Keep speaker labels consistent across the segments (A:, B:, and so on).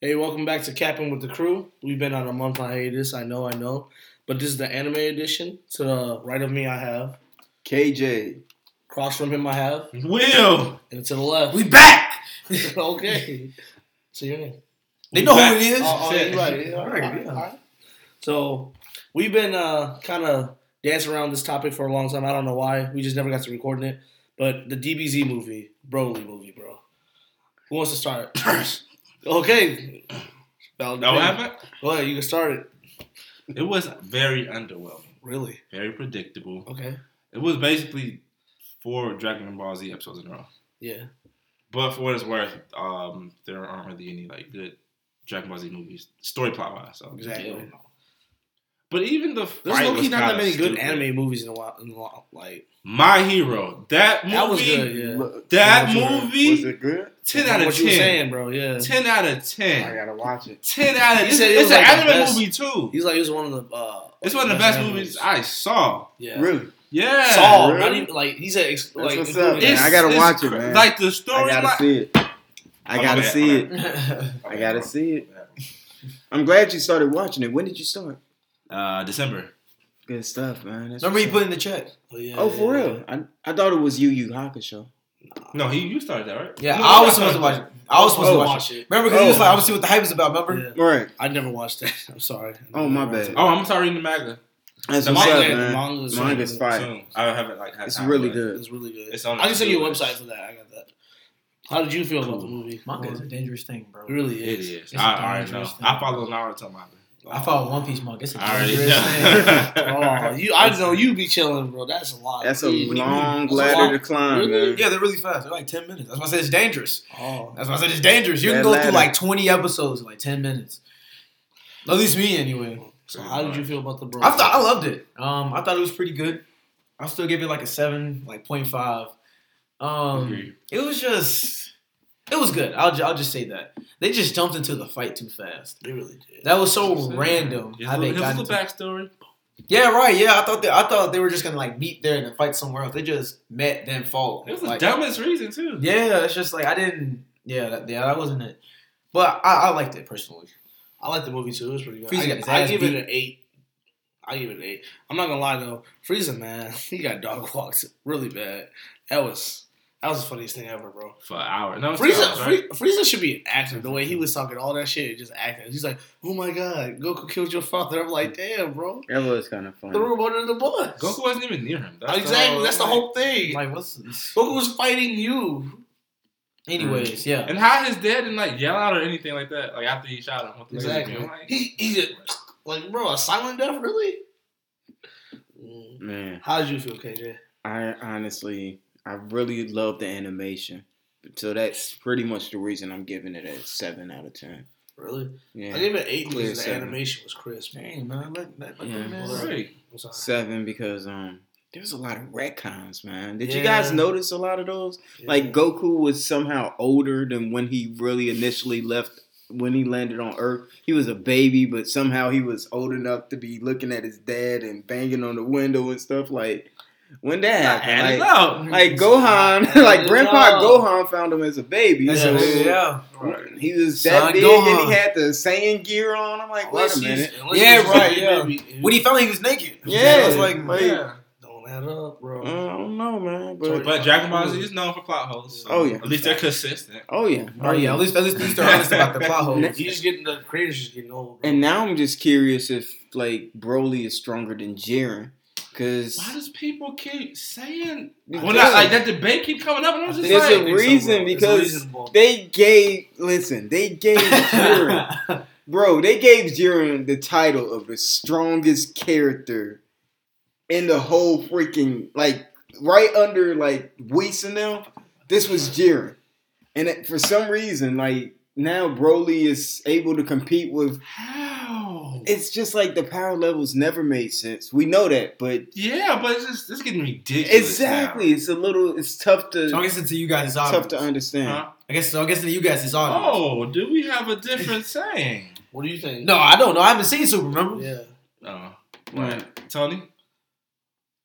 A: Hey, welcome back to Capping with the Crew. We've been on a month on hiatus. I know, I know, but this is the anime edition. To the right of me, I have.
B: KJ.
A: Across from him, I have,
C: Mm-hmm. Will,
A: and to the left.
C: we back.
A: okay. So your name.
B: They
C: We
B: know
C: back.
B: who it is.
A: Oh, oh, you right. yeah, all
C: Right,
A: right,
C: yeah.
A: all right. So we've been uh, kind of dancing around this topic for a long time. I don't know why. We just never got to recording it. But the DBZ movie, Broly movie, bro. Who wants to start? okay. Valid
C: That
A: opinion.
C: what happened?
A: Go ahead. You can start it.
C: It was very underwhelming,
A: Really?
C: very predictable.
A: Okay.
C: It was basically four Dragon Ball Z episodes in a row.
A: Yeah.
C: But for what it's worth, um, there aren't really any like good Dragon Ball Z movies, story plot wise. So
A: Exactly.
C: yeah. But even the
A: There's
C: fight
A: low key
C: was
A: not that
C: kinda
A: many good
C: stupid.
A: anime movies in a while. In a while. Like
C: My Hero, that movie,
A: that was good. Yeah.
B: Look,
C: That
B: was it-
C: movie-
B: Was it good?
C: ten out of
A: what you were
C: ten.
A: saying, Oh bro? Yeah.
C: Ten out of
B: I
C: ten.
B: gotta watch it.
C: Ten out of
A: He
C: it's,
A: said it was
C: it's an
A: like the
C: anime
A: best-
C: movie too.
A: He's like, he was one of the. Uh,
C: It's one of the best
A: anime
C: movies I saw.
A: Yeah.
B: Really?
C: Yeah,
A: Saw,
B: Really?
A: not even like he said. Ex-
B: That's
A: like,
B: what's up, man.
C: It's-
B: I gotta
C: it's
B: watch it,
C: cra-
B: man.
C: Like the
B: I
C: story,
B: gotta
C: like,
B: see it. I
C: Oh,
B: gotta
C: my bad,
B: see
C: my
B: it. I gotta see it.
C: it.
B: I'm glad you started watching it. When did you start?
C: Uh, December.
B: Good stuff, man. That's
D: Remember you put
B: what's
D: in the check.
A: Oh, yeah,
B: up. Oh, for
A: yeah,
B: real? I, I thought it was Yu Yu Hakusho.
C: No, he you started that right?
D: Yeah,
C: No,
D: I
C: you
D: was
C: started
D: supposed to watch it. I was supposed
B: Oh,
D: to watch it. Remember, because he was
B: Oh.
D: like, I'm gonna see what the hype is about.
A: Yeah.
D: Remember?
B: Right.
A: I never watched that. I'm sorry.
B: Oh, my bad.
C: Oh, I'm sorry, in the manga.
B: That's
C: The
B: what's
C: manga-
B: up,
C: the
B: man.
A: Manga's,
B: Manga's fire.
C: Soon. I haven't like had
B: It's
C: time,
B: really
C: but
B: good.
A: It's really good.
C: It's on
A: I can send you a
C: Netflix.
A: website for that. I got that. How did you feel about the movie?
D: Manga is a dangerous thing, bro.
A: It really
C: It
A: is.
C: is.
D: It's
C: I
D: a
C: already know.
D: dangerous thing.
C: I follow Naruto manga.
D: I follow One Piece manga. It's a
C: I already
D: dangerous thing.
C: know.
A: Oh, you! I know you be chilling, bro. That's a lot.
B: That's a
A: Jeez.
B: long
A: That's a
B: ladder
A: long-
B: to climb,
A: Really?
B: man.
D: yeah, they're really fast. They're like 10 minutes. That's why I said it's dangerous.
A: Oh,
D: That's why I said it's dangerous. You can
B: That
D: go
B: ladder.
D: through like 20 episodes in like 10 minutes. At least me, anyway.
A: so how did you feel about the bro?
D: I thought I loved it. Um, I thought it was pretty good. I'll still give it like a seven, like 0.5. Um,
C: Agreed.
D: it was just, it was good. I'll, ju- I'll just say that they just jumped into the fight too fast.
A: They really did.
D: That was so random
C: His
D: how they
C: little,
D: got
C: his
D: into
C: little backstory.
D: Yeah, right. Yeah, I thought they, I thought they were just gonna like meet there and then fight somewhere else. They just met then fought.
C: It was
D: like,
C: the dumbest reason too.
D: Yeah, it's just like I didn't. Yeah, that, yeah, that wasn't it. But I, I liked it personally.
A: I like the movie too. It was pretty good.
D: Frieza
A: I,
D: got his
A: I
D: ass
A: give
D: beat.
A: it an eight. I give it an eight. I'm not gonna lie though, Frieza man, he got dog walked really bad. That was that was the funniest thing ever, bro.
C: For an hour. No, it was two
A: Frieza,
C: hours, right?
A: Frie- Frieza should be an actor. The way he was talking all that shit, just acting. He's like, "Oh my god, Goku killed your father." I'm like, "Damn, bro,
B: That was kind of funny.
A: threw him under the bus."
C: Goku wasn't even near him. That's
A: exactly. that's the whole thing.
D: Like, what's this?
A: Goku was fighting you.
B: Mm.
D: Anyways, yeah.
C: And how his dad didn't like yell out or anything like that. Like after he shot him. What the
A: Exactly.
C: I'm like,
A: He, he just like, bro, a silent death, really? Mm.
B: Man,
A: How did you feel, KJ?
B: I honestly, I really love the animation. So that's pretty much the reason I'm giving it a 7 out of 10.
A: Really? I
B: Yeah.
A: gave it eight
B: Clear
A: because the
B: seven.
A: animation was crisp.
D: Dang man, let, let, let
B: Yeah.
D: that man.
C: "All
D: rip.
C: right."
A: I'm sorry.
B: Seven because um there's a lot of retcons, man. Did you
D: Yeah.
B: guys notice a lot of those?
A: Yeah.
B: Like Goku was somehow older than when he really initially left when he landed on Earth. He was a baby, but somehow he was old enough to be looking at his dad and banging on the window and stuff. Like when that happened,
C: And
B: like,
C: no.
B: like Gohan, like Grandpa Gohan found him as a baby.
D: That's
B: so-
D: it, yeah.
B: He was
D: Son
B: that big and
D: Gohan. Oh,
B: he had the Saiyan gear on. I'm like, wait
A: Unless
B: a
A: he's-
B: minute.
A: unless
D: Yeah,
A: he's
D: right,
A: a
D: yeah.
A: baby,
D: When he found out he was naked.
B: Yeah.
D: I was like, wait.
C: Yeah.
A: don't add up,
B: Uh,
A: bro.
B: I don't know, man.
A: So-
B: But
C: But Dragon Ball Z is known for plot holes. so
B: Oh, yeah.
C: At least they're consistent.
B: oh yeah,
D: Oh yeah, at least at least at least they're honest about the plot holes.
A: Oh, He's getting the creators just getting old. Bro.
B: Oh, And now I'm just curious if like Broly is stronger than Jiren, because
C: Why does people keep saying
B: Because-
C: when I, like that debate keep coming up? And I'm just
B: There's
C: like,
B: a reason, because- they gave listen, they gave Jiren, bro, they gave Jiren the title of the strongest character in the whole freaking like right under like Whis and them. This was Jiren, and it, for some reason, like now Broly is able to compete with
C: how?
B: It's just like the power levels never made sense. We know that, but
C: yeah, but it's just it's getting ridiculous.
B: exactly, it's a little, it's tough to
D: So I guess it's to you guys it's
B: tough to
D: obvious.
B: understand.
C: now. Huh?
D: I guess so I guess to you guys it's obvious.
C: Oh, do we have a different saying?
A: What do you think?
D: No, I don't know. I haven't seen Super. Remember?
A: Yeah,
C: Oh,
B: Right.
C: what? Tony?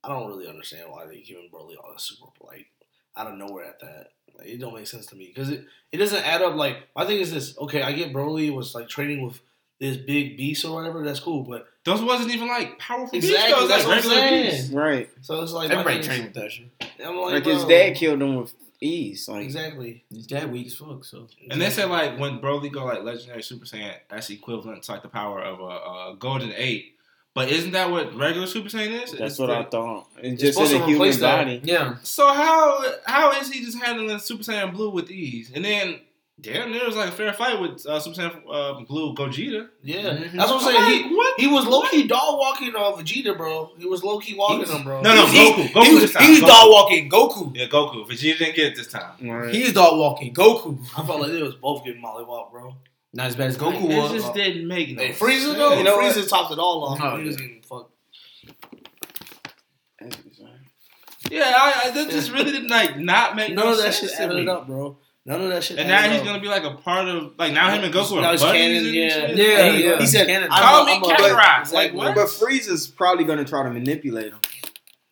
A: I don't really understand why they giving Broly all this super like out of nowhere at that. Like, it don't make sense to me because it, it doesn't add up. Like my thing is this: okay, I get Broly was like training with this big beast or whatever. That's cool, but
C: Those wasn't even like powerful.
A: Exactly,
C: Beasts, though.
A: that's
C: It's, like,
A: what I'm
C: regular
A: saying.
C: beasts.
B: Right.
A: so it's like my
D: Everybody
A: thing is-
D: trained with that shit.
A: I'm like,
B: Like his
A: bro,
B: dad killed him with ease. Like
A: Exactly.
D: His dad weak as fuck, so.
C: And they said like when Broly go like legendary Super Saiyan, that's equivalent to like the power of a, a Golden Eight. But isn't that what regular Super Saiyan is?
B: that's
C: It's
B: what
C: the-
B: I thought.
A: It's
B: It's just
A: supposed
B: in a
A: to
B: human
A: replace that.
B: body.
D: Yeah.
C: So how how is he just handling Super Saiyan Blue with ease? And then damn, there was like a fair fight with uh, Super Saiyan uh, Blue Gogeta.
A: Yeah,
D: Mhm.
A: that's what I'm saying.
C: like, what?
A: he, he was low key dog walking on Vegeta, bro. He was low key walking him, bro.
C: No, no,
D: He's-
C: Goku. Goku
D: he was,
C: this time.
D: he was
C: Goku.
D: dog walking Goku.
C: Yeah, Goku. Vegeta didn't get it this time.
B: Right.
D: He was dog walking Goku.
A: I felt like they was both getting mollywopped, bro.
D: Not as bad as
C: Like,
D: Goku
C: it
D: was.
C: just didn't make no.
A: Hey, Frieza though,
B: You know what?
A: Frieza topped it all off.
D: Oh,
A: he was
D: yeah.
A: getting fucked.
C: Yeah, I, I, that just really did like not make
A: None
C: no
A: of that
C: sense
A: shit
C: to
A: added
C: me.
A: up, bro. None of that shit.
C: And
A: added
C: now he's
A: up.
C: gonna be like a part of like now him and Goku are
A: Now he's
C: buddies
A: canon,
C: and
A: yeah.
C: shit.
D: Yeah,
A: And he,
D: yeah.
A: he said,
D: Canon.
A: I'm
C: Call
A: a-
C: me
A: I'm a-
C: Kakarot.
A: Exactly.
C: Like, what?
B: But Frieza's probably gonna try to manipulate him.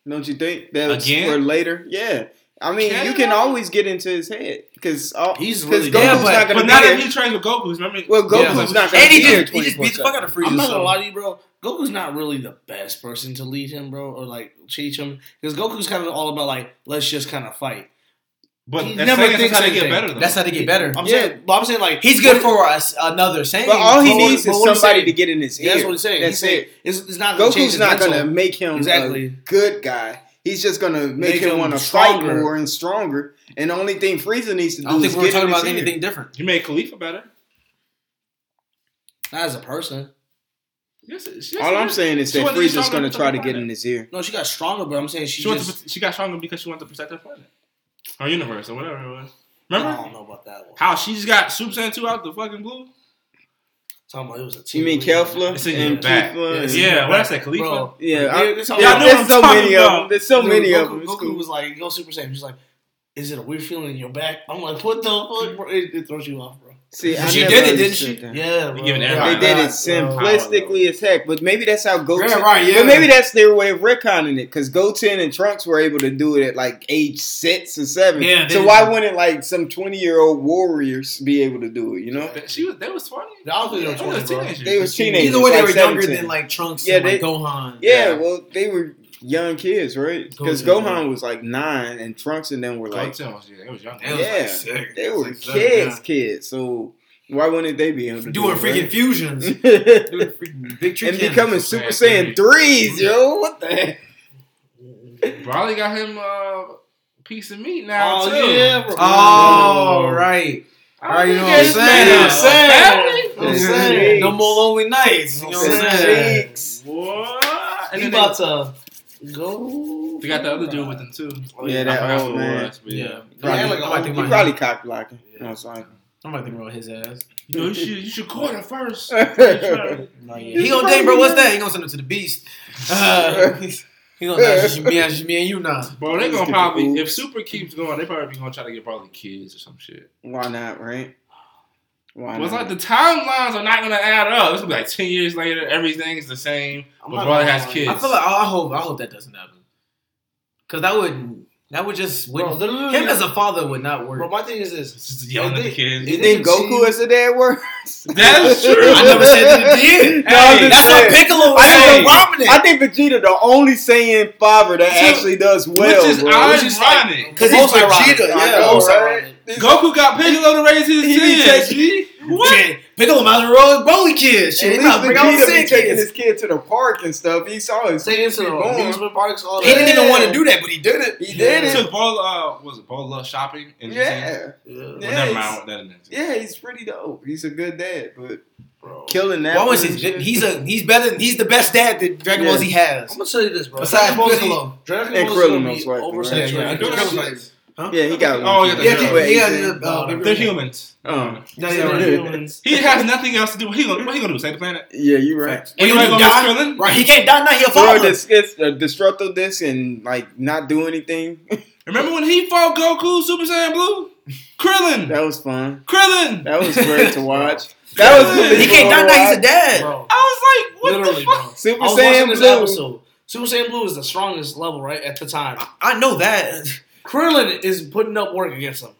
B: Don't you think? That's
C: Again?
B: for later. Yeah. I mean,
C: Can
B: you can
C: I?
B: always get into his head because
A: He's
B: he's
A: really
B: Goku's
A: bad.
B: not
D: Yeah,
C: But
B: gonna be
C: now that
B: there.
C: he trains with Goku, remember?
B: Well,
D: Yeah.
B: Goku's not gonna
D: And he
B: be there.
D: just, he just beat the fuck out of Frieza.
A: I'm not
D: so.
A: gonna lie to you, bro. Goku's not really the best person to lead him, bro, or like teach him, because Goku's kind of all about like let's just kind of fight.
C: but
A: He
C: that's
A: never
C: saying that's
A: thinks
C: how they get
A: anything.
C: better though.
D: That's how they get better.
A: I'm
B: Yeah.
A: saying, but I'm saying like
D: He's good for us, another Saiyan.
B: But all he
A: But what-
B: needs
A: but
B: is
A: what he's
B: somebody
A: saying-
B: to get in his ear.
A: That's what he's saying. he's
B: That's
A: saying
B: it.
A: it's, it's not gonna change
B: Goku's
A: his
B: not
A: mental.
B: gonna make him
A: exactly.
B: a good guy. He's just gonna make,
A: Make
B: him,
A: him
B: want to fight
A: stronger.
B: more and stronger. And the only thing Frieza needs to do
D: I don't
B: is
D: think we were
B: get in
D: talking
B: his
D: about
B: ear.
D: anything different.
C: he made Khalifa better.
A: Not as a person.
C: Yes, yes,
B: All I'm
C: yes.
B: saying is
C: She
B: that
C: wanted to be
B: Frieza's
C: stronger
B: gonna
C: to
B: try to
C: protect her
B: get in his ear.
A: No, she got stronger, but I'm saying she,
C: She, wanted
A: just.
C: to, she got stronger because she wanted to protect her planet, her universe, or whatever it was.
A: I
C: Remember
A: don't know about that one.
C: how she just got Super Saiyan two out the fucking blue?
A: Talking about it was a team.
B: You mean Kefla
C: It's in your
B: and
C: back.
B: Kefla? and-
A: It's
C: Yeah,
A: in
C: what
A: her
C: I said, Khalifa.
A: Bro,
B: Yeah,
A: yeah,
B: I-
A: it's all-
C: Yeah, I know
B: there's
C: what
B: so
C: I'm
B: many
C: talking
B: of them.
C: about.
B: There's so
A: Dude,
B: many
A: Goku,
B: of them. It's
A: Goku
B: cool.
A: was like, "Go Super Saiyan." She's like, "Is it a weird feeling in your back?" I'm like, "What the fuck?" Bro? It, it throws you off, bro.
B: See, I
D: She
B: never
D: did it, didn't
B: understood
D: she?
B: that.
A: Yeah, bro.
C: giving
A: Yeah,
B: They
C: everybody-
A: that,
B: did it
A: bro.
B: simplistically as heck, but maybe that's how Goten.
D: Yeah, right, yeah.
B: But maybe that's their way of retconning it, because Goten and Trunks were able to do it at like age six or seven.
D: Yeah, they
B: so
D: did.
B: why wouldn't like some twenty year old warriors be able to do it? You know,
C: She was. They was funny.
A: I don't think they were
C: They was
A: 20, bro.
C: teenagers.
B: they was teenagers.
D: Either way, they
B: like
D: were younger
B: 17.
D: than like Trunks
B: Yeah,
D: and like
B: they-
D: Gohan.
B: Yeah, well, they were young kids, right? Because
D: Goten, yeah.
B: Gohan was like nine, and Trunks and them were like
C: yeah, they was young.
D: They was
B: Yeah.
D: like sick.
B: they were
D: Six, seven,
B: kids, kids. So why wouldn't they be able to
D: yeah. Doing
B: do it,
D: freaking fusions. Doing
B: right?
D: freaking big
B: and
D: trick
B: becoming Super
C: Super
B: Saiyan
C: Saiyan
B: threes, yo. What the heck?
C: Broly got him uh, a piece of meat now
A: Oh
C: too.
A: yeah, bro.
D: Oh, right.
C: I
D: Alright, you
C: think
D: know what I'm
C: they
D: saying,
C: made
D: I'm
C: a
D: saying.
C: family.
A: I'm
B: Yeah.
A: saying.
D: No more lonely nights. You know what I'm
B: Six. Jeez.
D: saying?
C: What? And
A: He
C: then
A: about
C: they,
A: to go.
C: they got the other dude with them too.
A: Oh,
B: Yeah, that
C: I forgot
B: old
C: who it
B: man.
C: was, but yeah.
A: Yeah, like
D: Probably- I might
A: a-
D: think
B: You
D: about
B: oh, probably
D: him.
B: cock blocking. I was like,
D: I might think about his ass.
C: You, know, you should you should call him first.
D: He gonna dang, bro. What's that? He gonna send him to the beast. Uh, he gonna nah, it's just me, it's just me and you now.
C: Bro, they
B: Let's get
C: gonna
B: the
C: probably
B: boots.
C: if Super keeps going, they probably be gonna try to get probably kids or some shit.
B: why not, right? Why
C: But it's like
B: not?
C: the timelines are not gonna add up. It's gonna be like ten years later, everything's the same.
A: I'm
C: But
A: not
C: Broly
A: gonna
C: has
A: lie.
C: kids.
D: I feel like I hope I hope that doesn't happen. Cause that would that would just
A: Bro,
D: would,
A: literally-
D: him as a father would not work.
A: Bro, my thing is this.
C: It's just yelling at the
A: They-
C: kids.
B: You
A: they
B: think
A: can
B: Goku
A: see-
B: is a dad word?
C: That's true.
D: I never said that he did.
B: No, I'm
C: Hey,
B: just
D: That's
B: saying.
D: what Piccolo was
B: I
D: saying.
B: think- I think Vegeta the only Saiyan father that
C: Dude,
B: actually does well.
C: Which is
B: bro.
C: ironic.
D: Cause he's
A: Most ironic.
D: Vegeta,
A: I
D: yeah.
A: know,
D: Most
A: right?
D: ironic.
C: Goku got Piccolo to raise his
B: He be
C: kids.
B: taking-
C: G. What?
D: Yeah, Piccolo might as well roll Broly kids. Shit,
B: At
D: he might
B: least
D: bring all the
B: Vegeta
D: sick
B: be taking
D: kids.
B: his kid to the park and stuff. He saw his.
A: Take it to the
B: Keep going.
A: amusement parks. All
D: He didn't
A: that.
D: even want to do that, but he did it.
B: He did
C: He
B: it.
C: took Bolo, uh, what was it Bolo shopping? in Japan?
B: Yeah,
A: Yeah,
C: Well, never
B: Yeah,
C: mind. I
B: he's-
C: want that in there.
B: yeah, he's pretty dope. He's a good dad, but
A: bro.
B: killing that.
D: Why was
B: one
D: his?
B: shit-
D: He's a he's better. He's the best dad that Dragon Ball Z
A: I'm
D: has.
A: gonna tell you this, bro.
D: Besides
A: Dragon Ball Z-
D: Piccolo.
A: Dragon
B: And
A: Ball Z
B: Krillin
A: gonna
B: was
A: be
B: right,
A: oversaturated.
D: right? Yeah, yeah.
A: Dragon Ball Z-
B: Yeah, he got.
C: Oh, yeah,
D: Yeah,
C: the
D: yeah,
C: girl.
D: yeah.
A: Uh,
D: yeah,
C: They're
D: yeah.
C: humans.
B: Oh.
D: Yeah,
A: Yeah,
D: yeah,
B: right.
A: humans.
C: He has nothing else to do. What he gonna, what he gonna do? Save the planet?
B: yeah, you're right.
D: What
C: Ain't
D: he
C: nobody
D: gonna
C: gonna miss
D: die?
C: Krillin.
D: Right, he can't die now. He a
B: Throw a,
D: father.
B: dis- it's a destructo disc and like not do anything.
C: Remember when he fought Goku Super Saiyan Blue? Krillin.
B: that was fun.
C: Krillin.
B: That was great to watch. That was good.
D: He can't die now. He's a dad.
A: Bro,
C: I was like, what
A: literally,
C: the fuck?
A: bro.
B: Super
A: I was
B: Saiyan
A: watching this
B: Blue.
A: episode. Super Saiyan Blue is the strongest level, right, at the time.
D: I know that.
A: Krillin is putting up work against him.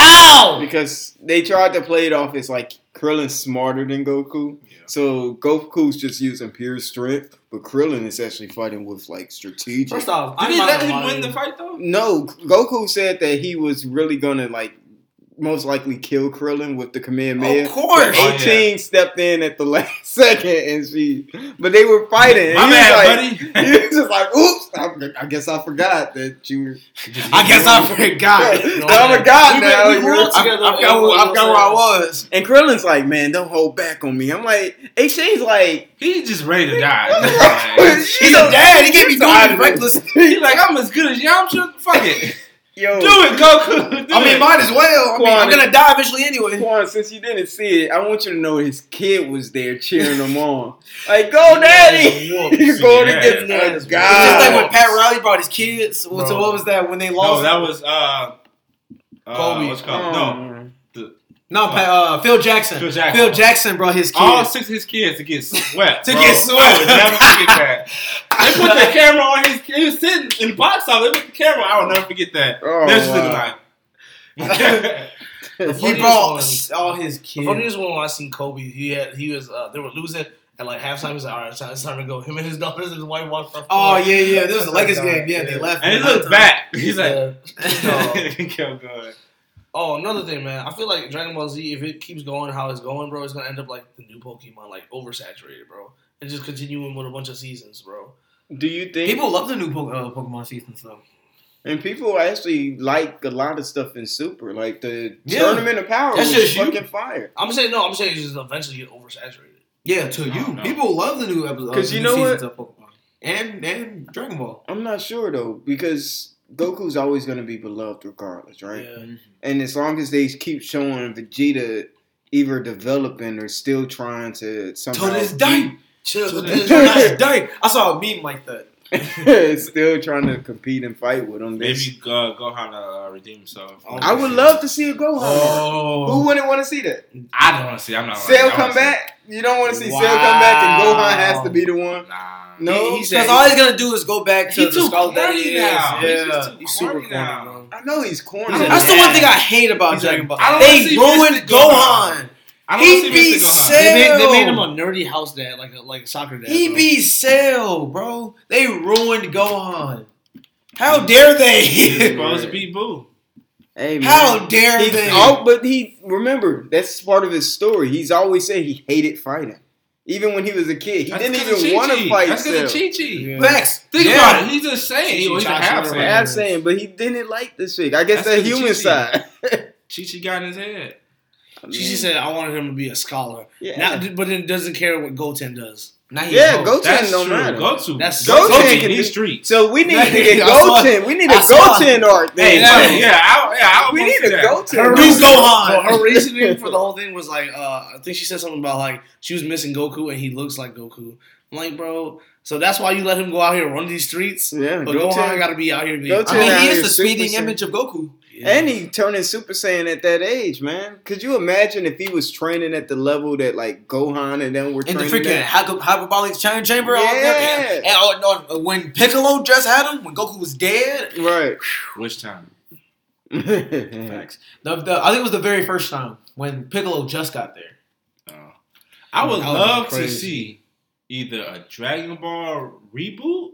A: How?
B: because they tried to play it off as like Krillin's smarter than Goku.
C: Yeah.
B: So Goku's just using pure strength, but Krillin is actually fighting with like strategic.
A: First off,
C: Did
A: I
C: he
A: might
C: let
A: have
C: him win
A: wanted-
C: the fight though?
B: no, Goku said that he was really gonna like most likely kill Krillin with the command man.
A: Of course.
C: Oh, yeah.
B: 18 stepped in at the last second and she, but they were fighting. And
C: My
B: he was like-
C: bad, buddy.
B: He was just like, oops, I, I guess I forgot that you were.
D: I guess I forgot.
A: No,
B: I'm
A: man.
B: a god
A: We been-
B: now.
A: we grew up
B: I-
A: together.
B: I forgot who- I
A: Everyone
B: forgot
A: knows
B: where I
A: that.
B: was. And Krillin's like, man, don't hold back on me. I'm like, HA's like,
C: He's just ready to die.
B: What's
C: That's
B: wrong
C: why.
B: with you?
D: He's a dad. He can't be
B: Tired
D: doing
B: of
D: reckless.
C: He's like, I'm as good as Yamcha. Fuck it.
B: yo,
C: Do it, Goku. Do
D: I mean,
C: it.
D: might as well. I mean, I'm
B: Quan-
D: gonna die eventually anyway.
B: Quan, since you didn't see it, I want you to know his kid was there cheering him on. Like, go, daddy. You're going
C: Yeah.
B: against
A: Yeah.
B: us,
D: It's just like
B: God.
D: when Pat Riley brought his kids. So
C: Bro.
D: what was that when they
C: no,
D: lost?
C: that was uh, uh
D: Kobe.
C: What's it
B: Oh,
C: called? No,
D: No, Pat, uh, Phil Jackson.
C: Phil Jackson. Oh,
D: brought his kids.
C: all six of his kids to get swept.
D: To
C: bro.
D: get swept.
C: I would never forget that. They put the camera on his. He was sitting in the box office. They put the camera. I will never forget that.
B: Oh,
C: That's just
B: wow.
C: like.
A: funniest
D: he brought
A: one-
D: s- all his kids.
A: The funniest one when I seen Kobe, he had he was uh, they were losing and like halftime. He's like, all right, it's time, it's time to go. Him and his daughters and his wife walked off. the
D: Oh
A: court.
D: yeah, yeah. This was the Lakers
A: Yeah.
D: game. Yeah, they left.
C: and he
D: at
C: looked
D: halftime.
C: back. He's like,
A: Yeah. No.
C: kept going.
A: Oh, another thing, man. I feel like Dragon Ball Z, if it keeps going how it's going, bro, it's gonna end up like the new Pokemon, like oversaturated, bro, and just continuing with a bunch of seasons, bro.
B: Do you think
D: People love the new po- uh, Pokemon seasons though.
B: And people actually like a lot of stuff in Super, like the
D: Yeah.
B: Tournament of Power
D: That's
B: was
D: just you.
B: fucking fire.
A: I'm saying no. I'm saying it's just eventually get oversaturated.
D: Yeah, to
C: No,
D: you,
C: no.
D: people love the new episodes.
B: 'Cause you know what?
D: Of Pokemon. And and Dragon Ball.
B: I'm not sure though because Goku's always going to be beloved regardless, right?
A: Yeah.
B: And as long as they keep showing Vegeta either developing or still trying to somehow
D: To this day,
A: Chill.
D: to
A: but
D: this
A: this-
D: day, I saw a meme like that.
B: still trying to compete and fight with him. That's-
C: Maybe uh, Gohan uh, redeem himself.
A: Oh,
B: I would love to see a Gohan. Who
D: Oh,
B: wouldn't want to see that?
C: I don't want to see. I'm not.
B: Cell
C: lying. I wanna
B: come
C: see-
B: back. You don't want to see Cell come back, and Gohan has to be the one.
C: Nah.
B: No,
A: He- he said-
D: because all he's gonna do is go back to
C: He
D: the
C: too
D: Scarlet
C: corny
D: Lady.
C: now.
D: Yeah.
C: He's just too
A: He's super
C: corny
A: corny,
C: now.
A: bro.
B: I know he's corny.
A: He's a
D: That's the one thing I hate about
A: He's
D: Dragon
A: like,
D: Ball.
C: I don't wanna
D: They
C: see
D: ruined
C: Mystic Gohan.
D: Gohan.
C: I
D: He
C: wanna see Mr.
D: be
C: Gohan.
D: sick.
A: They made, they made
D: Damn.
A: him a nerdy house dad, like a like a soccer dad.
D: He
A: bro.
D: be Cell, bro. They ruined Gohan. How dare
C: He's
D: they?
C: supposed to be Boo.
B: Hey, man.
D: How dare
B: He's
D: they?
B: all, but he remember that's part of his story. He's always said he hated fighting, even when he was a kid. He
C: That's
B: didn't
C: 'cause of
B: even want
C: Chi-Chi.
B: to fight.
C: That's because of
B: Cell.
C: Chi Chi.
A: Yeah.
D: Facts.
C: Think
D: Yeah.
C: about it. He's just saying.
A: Chi-Chi
C: He's a
A: Chachi,
C: half
A: whatever.
B: I'm
C: saying.
B: saying, but he didn't like this shit. I guess
C: That's
B: that
C: 'cause of
B: human
C: Chi-Chi.
B: side.
C: Chi Chi got in his head.
B: I
A: She
B: mean,
A: just said, "I wanted him to be a scholar,
B: yeah,
A: Now- but then doesn't care what Goten does."
D: Now he
B: yeah.
D: broke.
B: Goten
C: That's
B: don't
C: true.
B: matter.
C: Go to.
A: That's-
C: go
B: Goten
C: to
B: can
C: these
B: be-
C: streets.
B: so we need to get
D: I saw-
B: Goten. We need a
D: I saw-
B: Goten art.
C: Hey,
B: Then.
C: yeah, yeah, I, yeah, I
B: we
C: wanna
B: need
C: see
B: a
C: that.
B: Goten.
D: New
A: reason-
D: Gohan.
A: no, her reasoning for the whole thing was like, uh, I think she said something about like she was missing Goku and he looks like Goku. I'm like, bro, so that's why you let him go out here and run these streets.
D: Mm,
B: Yeah,
A: But Gohan
B: Goten.
A: got to be out here. Being,
B: Goten
D: I mean, he
B: out
D: is
B: here,
D: the
B: Super
D: speeding
B: Saiyan.
D: image of Goku.
A: Yeah.
B: And he turning Super Saiyan at that age, man. Could you imagine if he was training at the level that like Gohan and then we're
D: In the
B: training?
D: freaking
B: at?
D: hyper- hyperbolic chain chamber. all
B: Yeah.
D: that. And, and, oh, no, when Piccolo just had him, when Goku was dead.
B: Right.
C: Which time?
D: Facts. The, the, I think it was the very first time when Piccolo just got there.
C: Oh. I would
A: That would be
C: love to
A: crazy.
C: see either a Dragon Ball reboot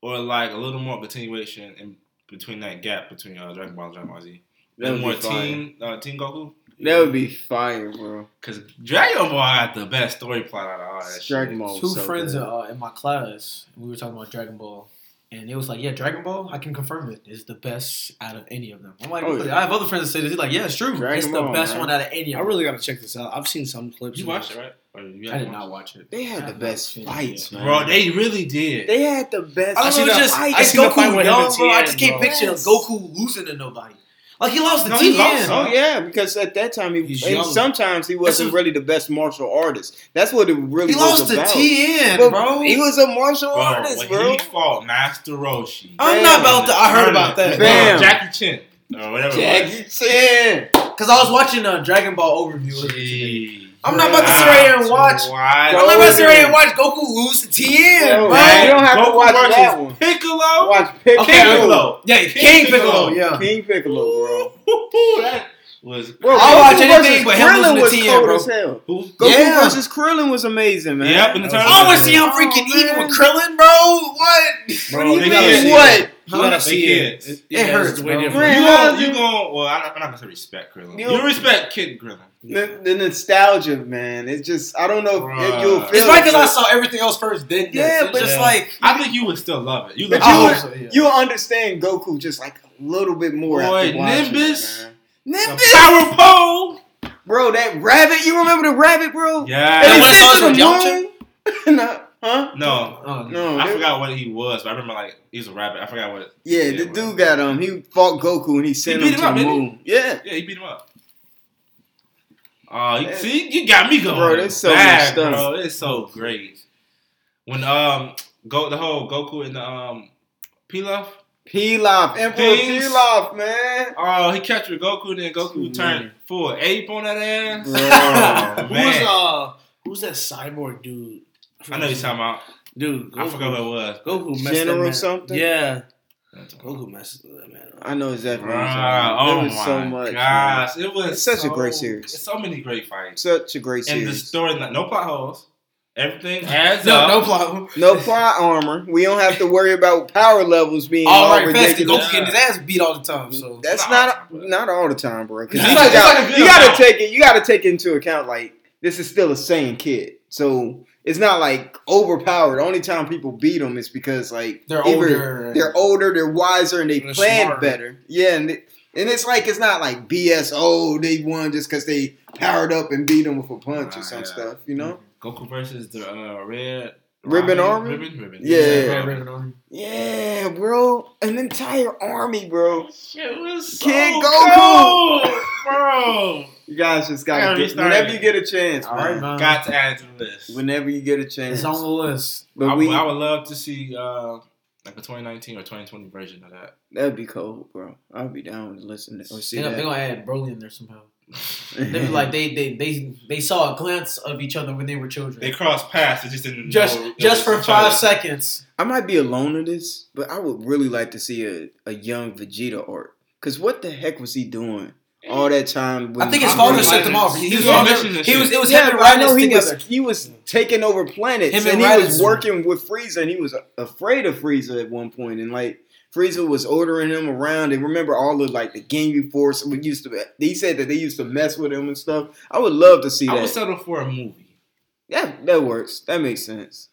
C: or like a little more continuation in between that gap between uh, Dragon Ball and Dragon Ball Z.
B: That would
C: Then more
B: be fire.
C: Team uh, Team Goku
B: That would be fire, bro.
C: because Dragon Ball had the best story plot out of all that.
B: Dragon
C: shit.
B: Ball. was
D: Two
B: so
D: friends
B: good.
D: uh, in my class, we were talking about Dragon Ball. And it was like, yeah, Dragon Ball, I can confirm it, is the best out of any of them. I'm like,
B: Oh,
D: "Really?"
B: yeah.
D: I have other friends that say this. He's like, yeah, it's true.
B: Dragon
D: it's the
B: Ball,
D: best
B: man.
D: one out of any of
A: I
D: them.
A: really got to check this out. I've seen some clips.
C: You
A: of
C: watched
A: this.
C: it right? Or you
D: I
C: haven't
D: did not
C: watched
D: watch it.
B: They had the
D: I've
B: best
D: not seen it
B: fights,
D: yet.
C: it?
B: man.
C: Bro, they really did.
B: They had the best.
D: I don't
A: seen
D: know,
A: a-
D: it's just
A: I
D: it's
A: seen a fight
D: Goku
A: with him
D: dumb,
A: and
D: bro. I
A: TN,
D: just can't
A: bro.
D: picture
B: Yes.
D: Goku losing to nobody. Like he lost the
C: No, he
D: TN.
C: lost
B: Oh
C: some.
B: yeah, because at that time he
A: He's
B: and
A: young.
B: sometimes he wasn't
D: That's
B: really the best martial artist. That's what it really
D: He
B: was
D: lost to
B: about.
D: TN,
B: But
D: bro.
B: He was a martial
C: Bro,
B: artist,
C: when
B: bro.
C: he fought Master Roshi,
D: I'm
B: Damn.
D: not about to. I heard about that.
B: Damn.
C: Bam. Jackie Chan or whatever. it was.
B: Jackie Chan.
D: Because I was watching a Dragon Ball overview. of it today.
C: Jeez.
D: I'm not about to sit right here and watch.
C: Wide
D: I'm not about to sit right here and
C: open.
D: watch Goku lose to TN,
B: Bro,
D: bro.
B: man, you don't have to
C: Goku
B: watch
C: versus
B: that one.
C: Piccolo.
B: Watch Piccolo.
C: Piccolo.
D: Yeah, King,
C: King
D: Piccolo.
C: Piccolo.
D: Yeah.
B: King Piccolo, bro.
C: Ooh, that was
B: Bro,
D: I'll watch
B: Goku versus
D: anything but him
B: Krillin
D: losing to
B: was
D: TN,
B: cold
D: bro.
B: as hell.
C: who?
B: Goku
D: Yeah.
B: versus Krillin was amazing, man.
C: Yep, in the
A: I
C: tournament. Oh,
A: always
D: see him freaking eating with Krillin, bro. What?
A: Bro,
B: What do
A: they
B: you
A: gotta
B: mean?
A: see
B: What?
A: it. You gotta
C: They
A: see it.
C: kids.
A: It,
D: It
A: has
D: hurts,
A: way
D: bro.
A: different.
B: Man,
C: You
B: how
C: gon'
B: is
C: you
B: it-
C: gon' well, I, I'm not gonna say respect Krillin.
D: You-
C: You, respect Kid Krillin.
B: The, the nostalgia, man. It's just I don't know if, if
C: Bruh.
B: you'll feel.
D: It's probably
B: it,
D: because I saw everything else first, then this.
B: Yeah,
D: Yeah,
B: but-
D: but just
A: Yeah.
D: like
C: I think you would still love it. You
B: But
C: love
D: I
B: you-
D: hope
C: it.
D: so, Oh, yeah.
B: You'll understand Goku just like a little bit more.
C: Boy,
B: after watching
C: Nimbus.
B: It,
C: The power pole.
B: man. bro. That rabbit. You remember the rabbit, bro?
C: Yeah.
B: That
D: The
B: he
D: one
B: sent
D: that
B: to
D: was
B: the
D: with
B: moon? no, huh?
C: No,
D: Oh, no.
B: No,
C: I
B: that-
C: forgot what he was, but I remember like he was a rabbit. I forgot what.
B: Yeah, the
C: what-
B: dude got him. He fought Goku and he sent
C: beat
B: him
C: him
B: to
C: up,
B: the
C: didn't he?
B: moon. Yeah.
C: Yeah, he beat him up. Oh, you see, you got me going.
B: Bro, there's so much
C: back,
B: stuff.
C: Bro, it's so great. When um, go the whole Goku and the um, Pilaf.
B: Pilaf, Emperor
C: Things-
B: Pilaf, man.
C: Oh, he captured Goku, and then Goku
B: Mm.
C: turned full ape on that ass.
B: Bro,
C: Oh,
A: Who was uh? Who's
C: man.
A: that cyborg dude?
C: I know you're talking about.
A: Dude,
C: I forgot who it was.
A: Goku messed
B: General
A: that man.
B: something?
A: Yeah, Goku messed that man. Up.
B: I know exactly. what you're talking
C: Bruh,
B: about.
C: oh
B: There
C: my
B: was so much. man.
C: gosh, it was
B: It's such a
C: so-
B: great series.
C: So many great fights,
B: Such a great
C: and the
B: series.
C: story, no plot holes. Everything adds
D: No,
C: up.
D: no problem.
B: no plot armor. We don't have to worry about power levels being all,
D: All right, fast.
B: ridiculous.
D: Goku getting his ass beat all the time. So
B: That's not
C: Not all the time,
B: not all the time, bro. 'Cause
C: It's
B: you,
C: like- it's
B: gotta-
C: like a good
B: you gotta
C: amount.
B: take it. You gotta take into account like this is still a sane kid, so it's not like overpowered. The only time people beat them is because like
D: they're
B: either
D: older. and-
B: they're older, they're wiser, and they
A: They're
B: plan
A: smarter.
B: better. Yeah, and it, and it's like it's not like BS. Oh, they won just because they powered up and beat them with a punch or
C: Ah,
B: some
C: yeah.
B: stuff. You know?
C: Goku versus the uh, red
B: Ribbon
C: Ramen-
B: Army?
C: Ribbon, ribbon.
B: Yeah, yeah,
D: Yeah, Raven Army.
B: Yeah, bro. An entire army, bro.
C: It was so
B: Kid Goku.
C: Goku, bro.
B: You guys just
C: I
B: gotta
C: gotta
B: get
C: restart
B: whenever
C: it.
B: you get a chance,
D: All
B: man.
D: right, man.
C: Got to add to the list.
B: Whenever you get a chance.
D: It's on the list.
C: I,
B: But we,
C: would- I would love to see uh, like a 2019 or 2020 version of that.
B: that'd be cool, bro. I'd be down to listen to or see
D: They're,
B: that.
D: they're gonna add Broly in there somehow. They be like they they they they saw a glance of each other when they were children.
C: They crossed paths. It just didn't.
D: just
C: know it
D: just
C: was
D: for
C: each
D: five
C: other.
D: seconds.
B: I might be alone in this, but I would really like to see a, a young Vegeta art. Cause what the heck was he doing all that time? When
D: I think his
C: I'm
D: father
C: really
D: sent them
C: glad
D: off.
C: it's-
D: He
C: he's
D: was
C: on
D: on there.
C: missions and
D: He was
C: shit.
D: it was
B: yeah,
D: him and
B: but I know
D: Raditz
B: he
D: together.
B: was he was taking over planets,
D: Him
B: and,
D: and
B: he was
D: Raditz were-
B: working with Frieza, and he was afraid of Frieza at one point, and like Frieza was ordering him around. And remember all of like the Ginyu Force we used to. He said that they used to mess with him and stuff. I would love to see
C: I would
B: that.
C: settle for a movie.
B: Yeah, that works. That makes sense.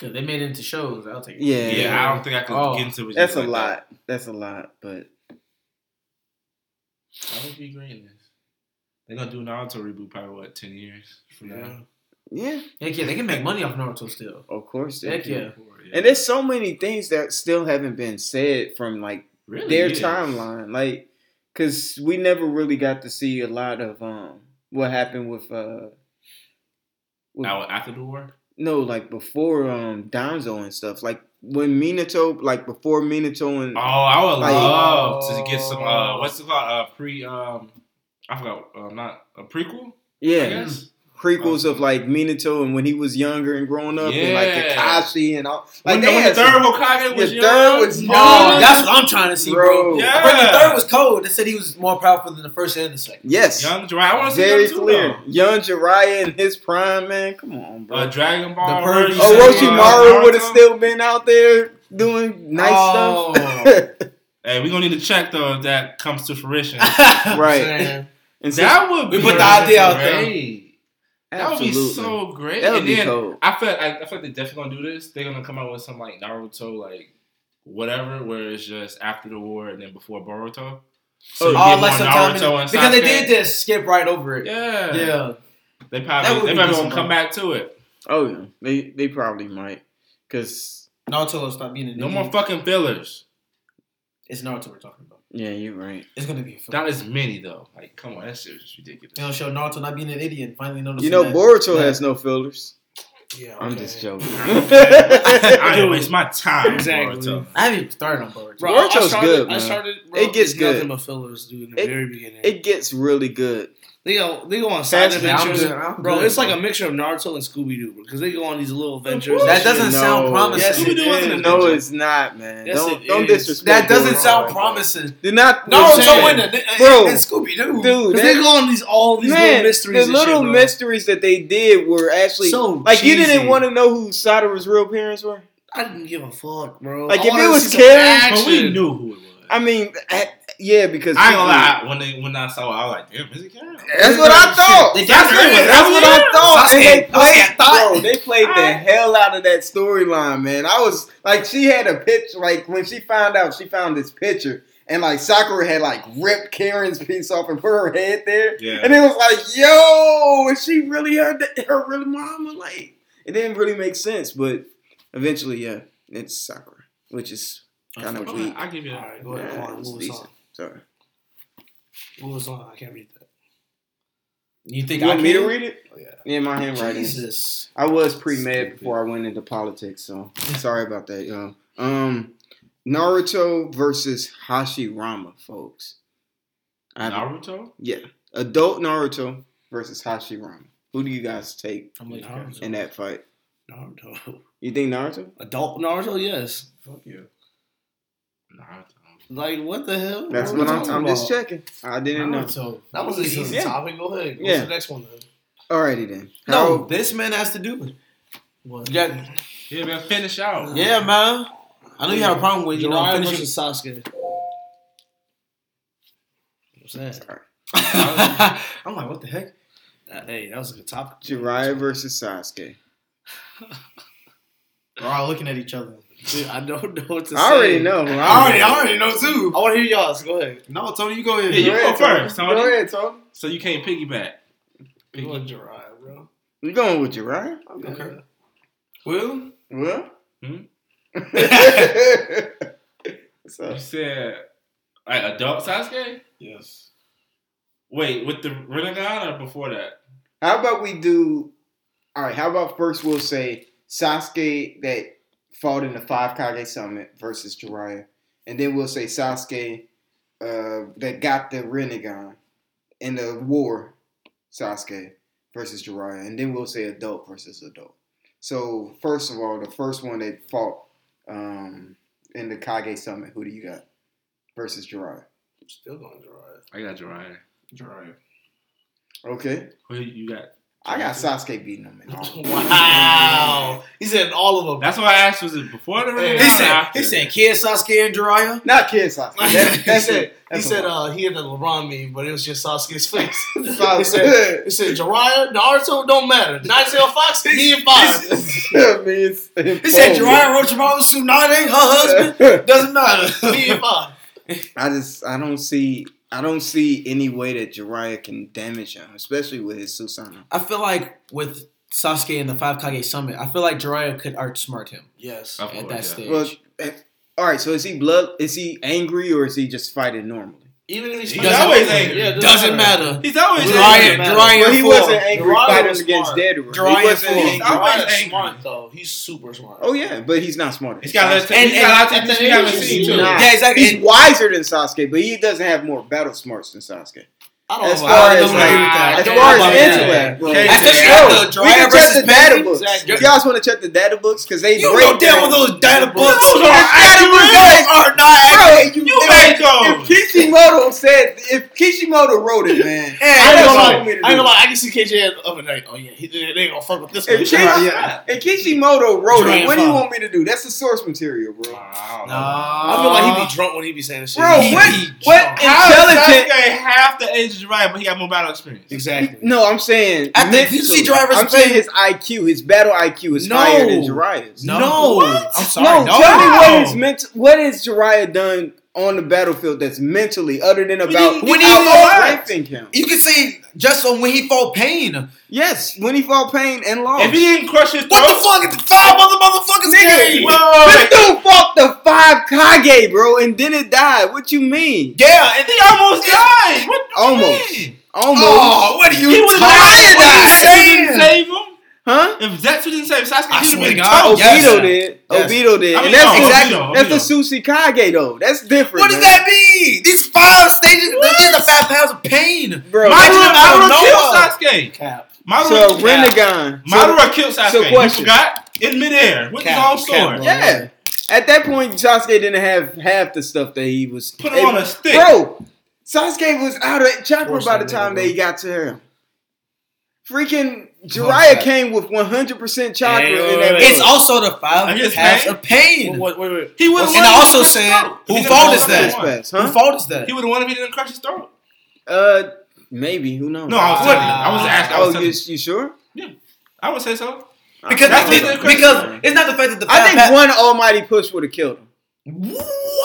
D: 'Cause they made it into shows. I'll take it.
B: Yeah.
C: Yeah, I don't think I could
D: Oh,
C: get into it.
B: That's a
C: like that.
B: lot. That's a lot, but
C: That would be greatness. They're gonna do an auto reboot probably what ten years from now.
B: yeah,
D: Heck yeah, they can make money off Naruto still.
B: of course. they
D: Heck
B: do.
D: yeah.
B: And there's so many things that still haven't been said from like
C: really
B: their
C: is.
B: timeline, like because we never really got to see a lot of um what happened with uh with,
C: Now after the war.
B: no like before um Donzo and stuff like when Minato like before Minato and
C: Oh, I would
B: Like-
C: love to get some. Uh, what's it called? Uh, pre. Um, I forgot. Uh, not a prequel. I
B: yeah
C: guess.
B: prequels of like Minato and when he was younger and growing up and like
C: Uh-huh. Yeah.
B: Kakashi and all like
C: Like
B: they
C: when the
B: had some-
C: third Hokage was
B: the
C: young.
B: third was
D: Oh,
B: young.
D: that's what I'm trying to see, bro.
B: Bro.
D: Yeah.
C: Yeah.
D: the third was cold. They said he was more powerful than the first and the second.
B: yes
C: young. Jiraiya. I want to see
B: Very
C: young too,
B: clear. Young Jiraiya in his prime, man. Come on,
C: though.
B: bro.
C: Uh, Dragon Ball.
D: The purdy
C: Naruto,
B: oh, Orochimaru
C: Naruto.
B: would have still been out there doing nice
D: Oh.
B: stuff.
C: Hey, we are gonna need to check though if that comes to fruition.
B: Right.
D: Man.
B: and so-
C: that would
D: We
C: be
D: put the idea out there.
C: great. That would be so great.
B: That would
C: and
B: be
C: then
B: cool.
C: I feel I, I feel they're definitely gonna do this. They're gonna come out with some like Naruto like whatever, where it's just after the war and then before Boruto. So you
D: Oh,
C: get
D: like
C: more
D: sometime
C: Naruto
D: in-
C: and
D: because they
C: Sasuke.
D: did this, skip right over it.
C: Yeah,
D: Yeah.
C: They probably they
D: That would be
C: probably
D: decent,
C: gonna come
D: bro.
C: back to it.
B: Oh yeah, they they probably might, cause
D: Naruto will stop being a
C: No
D: ninja.
C: more fucking fillers.
D: It's Naruto we're talking about.
B: yeah, you're right.
D: It's gonna be a film.
C: Not as many though. Like, come on, that shit was just ridiculous.
D: They don't show Naruto not being an idiot. and Finally noticing
B: You know,
D: that.
B: Boruto
D: Yeah.
B: has no filters.
D: Yeah,
B: I'm
D: okay.
B: just joking.
C: I
A: Dude.
C: didn't waste my time.
A: Exactly.
C: Boruto.
D: I haven't even started on Boruto.
B: Bro, Boruto's
A: I started,
B: good,
A: I
B: man.
A: started.
B: It gets
A: it's nothing
B: good.
A: but fillers, dude. In the
B: It-
A: very beginning.
B: it gets really good.
A: They go they go on side
B: Fast
A: adventures,
D: Food. I'm good.
A: bro.
D: I'm
A: It's
D: good.
A: like a mixture of Naruto and Scooby Doo because they go on these little adventures. and
D: That
A: shit.
D: doesn't
B: No.
D: sound promising.
A: Yes, it
B: Scooby-Doo wasn't
A: is.
B: a- No, it's not, man.
A: Yes,
B: don't
A: it
B: don't
A: is.
B: disrespect.
D: that doesn't
B: Boruto
D: sound
B: like
D: promising.
B: that. Do not.
D: No,
B: listen.
D: so in the
B: Bro.
D: and Scooby Doo,
B: dude.
A: Because
B: that-
A: they go on these all these little
B: man,
A: mysteries.
B: the little
A: and shit, bro.
B: mysteries that they did were actually
A: So
B: like you didn't
A: cheesy.
B: want to know who Sadara's real parents were.
A: I didn't give a fuck, bro.
B: Like,
A: I
B: if
A: wanted
B: it
A: to
B: was
A: see some
B: Karen-
C: But
A: action.
C: we knew who it was.
B: I mean, eh, yeah, because
C: I ain't gonna lie. When they when I saw it, I was like, damn, is it Karen?
B: That's what I thought.
D: They
B: That's,
D: got
B: what-
D: her in.
B: that's what I thought.
D: Sasuke-
B: And they
D: Sasuke
B: played,
D: thought.
B: bro, they played the hell out of that storyline, man. I was like, she had a picture. Like when she found out, she found this picture, and like Sakura had like ripped Karen's piece off and put her head there,
C: Yeah.
B: and it was like, yo, is she really her da- her real mama? Like it didn't really make sense, but eventually, yeah, it's Sakura, which is kind of
C: Okay,
B: weak.
C: I'll give you
A: All
C: that.
A: right, go ahead,
B: Yeah,
A: Quan,
B: it's
A: move us
B: decent.
A: on.
B: Sorry.
A: Move us on. I can't read that.
D: you
B: You
D: think I
B: want
D: can?
B: me to read it?
A: Oh, yeah.
B: Yeah, my handwriting.
D: Jesus,
B: I was pre med before I went into politics, so sorry about that, y'all. Um, Naruto versus Hashirama, folks. I have
C: Naruto.
B: yeah, adult Naruto versus Hashirama. Who do you guys take
D: I'm like,
A: Naruto.
B: in that fight?
A: Naruto.
B: You think Naruto?
A: Adult Naruto, yes.
C: Fuck you. Naruto.
A: Like what the hell?
B: That's
A: are we
B: what I'm.
A: talking
B: I'm just
A: about?
B: checking. I didn't know.
D: Naruto.
A: That was an easy
B: Yeah.
A: topic. Go ahead. What's
B: Yeah.
A: the next one then?
B: Alrighty then.
D: No,
B: How-
D: this man has to do it.
A: What?
D: You got,
C: Yeah, man, finish out.
D: yeah, man. I know you had a problem with you know
A: Jiraiya
D: finishing.
A: versus Sasuke. I'm saying,
B: Sorry.
D: I'm like, what the heck?
A: Uh, hey, that was a good topic.
B: Jiraiya versus Sasuke.
D: We're all looking at each other.
A: Dude, I don't know what to say.
B: I already know. who
D: I
B: I'm
D: already, I
B: going.
D: already know too.
A: I want to hear y'all. So go ahead.
D: No, Tony, you go ahead.
C: Yeah, you-
B: Go ahead,
C: go
B: Tony.
C: first, Tony.
B: Go ahead, Tony.
C: So you can't piggyback.
A: You
C: Piggy.
A: want Jiraiya, bro?
B: You going with Jiraiya?
D: Okay. Will?
B: Well.
C: Hmm?
B: What's up?
C: You said like adult Sasuke.
A: Yes.
C: Wait, with the Renegade or before that?
B: How about we do? All right. How about first we'll say Sasuke that fought in the Five Kage Summit versus Jiraiya, and then we'll say Sasuke uh, that got the Renegon in the war. Sasuke versus Jiraiya, and then we'll say adult versus adult. So first of all, the first one that fought um, in the Kage Summit, who do you got versus Jiraiya?
A: I'm still going Jiraiya.
C: I got Jiraiya.
D: Jiraiya.
B: Okay,
C: Who you got?
B: I got Sasuke beating him. In all.
D: Wow.
A: He said all of them.
C: That's why I asked. Was it before the Renegade?
D: He
C: or
D: said,
C: after?
D: he said, kid Sasuke and Jiraiya?
B: Not kid Sasuke. That- that's it.
A: He
B: That's
A: said
B: a lot.
A: uh, he had the LeBron meme, but it was just Sasuke's face. he said,
B: Sasuke.
A: he said Jiraiya, Naruto, don't matter. Nigel Fox, me and five.
B: That means-
D: He
C: Oh.
D: said, Jiraiya Rochimaru Tsunade, her husband? Doesn't
A: me
D: matter.
A: and five.
B: I just I don't see I don't see any way that Jiraiya can damage him, especially with his Susanoo.
D: I feel like with Sasuke and the Five Kage Summit, I feel like Jiraiya could outsmart him
A: Yes.
C: Of
D: at
C: course,
D: that
C: yeah.
D: stage.
B: Well, eh, all right. So is he blood? Is he angry or is he just fighting normally?
A: Even if he's
C: He
A: doesn't-
C: always angry.
A: it
D: doesn't matter.
C: He's always
D: Jiraiya,
A: matter.
D: Jiraiya,
B: Well, he
D: fool.
B: wasn't angry
A: Jiraiya
B: fighting
A: was
B: against
A: smart.
B: Deadwood.
D: Jiraiya
B: He wasn't
D: fool.
B: angry.
C: Jiraiya-
A: Jiraiya's
C: angry.
A: smart though. He's super smart.
B: Oh yeah, but he's not smarter.
C: He's got a lot
B: Sasuke.
C: of things he's got a lot of things we
A: And- and-
C: haven't seen
B: He's
C: too.
B: not.
D: Yeah, exactly.
B: He's wiser than Sasuke, but he doesn't have more battle smarts than Sasuke.
A: I don't
B: As
A: know.
B: far
A: I
B: as
A: don't
B: like-
A: agree with that. I
B: As
A: don't
B: far
A: know
B: as
A: about that.
B: intellect, bro.
C: Yeah.
D: After you
B: Bro,
D: got
B: we
D: the
B: can
D: Jiraiya
B: check
D: versus
B: the data
D: Baby,
B: books.
A: Exactly.
B: If you guys want to check the data books, because they
D: you
B: break
D: know damn well those data books
B: Those are accurate.
D: are not
B: Bro,
D: accurate.
B: you,
C: You
B: if,
C: made those.
B: if Kishimoto said, if Kishimoto wrote it, man,
A: I ain't
B: that's
A: gonna lie.
B: what I'm gonna
A: I ain't
B: do.
A: gonna lie. I can see KJ up and like, oh yeah, he, they they gonna fuck with this one.
B: If, Kish- if Kishimoto wrote it,
D: Drain
B: what do you
D: file.
B: want me to do? That's the source material, bro.
C: Wow.
A: I feel like he be drunk when he be saying this shit.
B: Bro,
A: He-
B: what-
A: he
B: what
A: drunk.
C: How is
B: Intelligent.
C: Sasuke half the age of Jiraiya, but he got more battle experience?
A: Exactly.
B: No, I'm saying.
D: I think
B: mentally.
D: you see drivers
B: I'm saying his IQ, his battle IQ is
A: No.
B: higher than Jiraiya's.
D: No.
A: No.
D: I'm sorry.
B: no,
D: No.
B: tell me what is ment- what has Jiraiya done on the battlefield that's mentally other than about
D: didn't get
B: outliving him?
D: You can say just on when he fought pain.
B: Yes, when he fought Pain and lost.
C: If he didn't crush his throat,
D: What the fuck? It's five other motherfuckers in here.
B: This dude fought the five Kage, bro, and then it died. What you mean?
D: Yeah, and
C: He almost died. What?
B: Almost,
D: Almost.
B: almost.
D: Oh, what are you
C: He
D: talking
C: was
D: about?
C: lying.
D: What are you
C: He didn't
D: saying?
C: save him.
B: Huh? Oh,
C: If Zetsu didn't save Sasuke,
D: I
C: he should
D: swear
C: have been
D: to
B: Obito
D: God,
C: told.
D: yes.
B: did.
D: Yes.
B: Obito did.
C: I mean,
B: and that's
C: no,
B: exactly
C: Obito,
B: that's the Sushi Kage though. That's different.
D: What does
B: man.
D: that mean? These five stages, these are the five pounds of pain.
B: bro?
C: Madara,
D: Madara
C: Madara
D: don't
C: killed
D: know.
C: Sasuke.
A: Cap.
C: Madara,
B: so
C: killed-
B: Renegon. So,
C: Madara killed Sasuke.
B: so question.
C: You forgot? In midair with
A: Cap,
C: his own sword.
A: cap,
B: yeah. At that point, Sasuke didn't have half the stuff that he was.
C: Put him on a stick.
B: Bro, Sasuke was out of chopper
A: Force
B: by the
A: that nigga,
B: time
A: bro.
B: they got to him. Freaking
A: Fuck
B: Jiraiya
A: that.
B: came with 100% chakra
A: Hey,
B: in
A: wait,
B: that
A: wait,
B: book.
A: wait.
D: It's also the
C: Are
D: five
C: you his
D: paths
C: pain?
D: of pain.
A: Wait, wait, wait.
C: He would
D: And I also said, who fault is that? Who
B: Huh?
D: fault is that?
C: He would have won if he didn't crush his throat.
B: Uh, maybe. Who knows?
C: No, I was
D: What?
C: telling you. I was asking. I was
B: oh,
C: telling
B: you,
C: you.
B: you sure?
C: I would say so.
D: Because
C: That's
D: it's,
C: what-
D: because it's not the fact that the
B: I
D: five
B: think one almighty push would have killed him.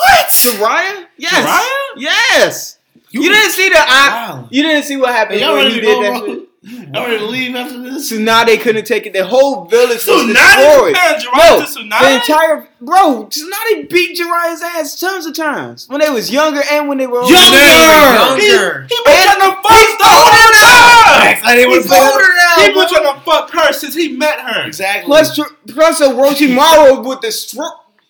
D: paths. What?
B: Jiraiya? Yes.
C: Jiraiya?
B: Yes. You, didn't see the eye.
D: Wow.
B: You didn't see what happened
A: Y'all
B: when
A: ready
B: he
A: to
B: did
A: go,
B: that.
A: bro?
B: shit?
A: I'm ready to leave after this.
B: So now they couldn't take it. The whole village was
C: Tsunade
B: destroyed.
C: comparing
B: Bro,
C: Jiraiya to
B: The
C: Tsunade?
B: entire bro, Tsunade beat Jiraiya's ass tons of times when they was younger and when they were older.
A: Younger!
B: Younger.
D: Younger.
C: He been trying to fuck the whole time.
A: I didn't
B: He's older now.
C: He
B: bro.
C: been trying to fuck her since he met her.
A: Exactly.
B: Plus, Jir- plus Orochimaru would destroy.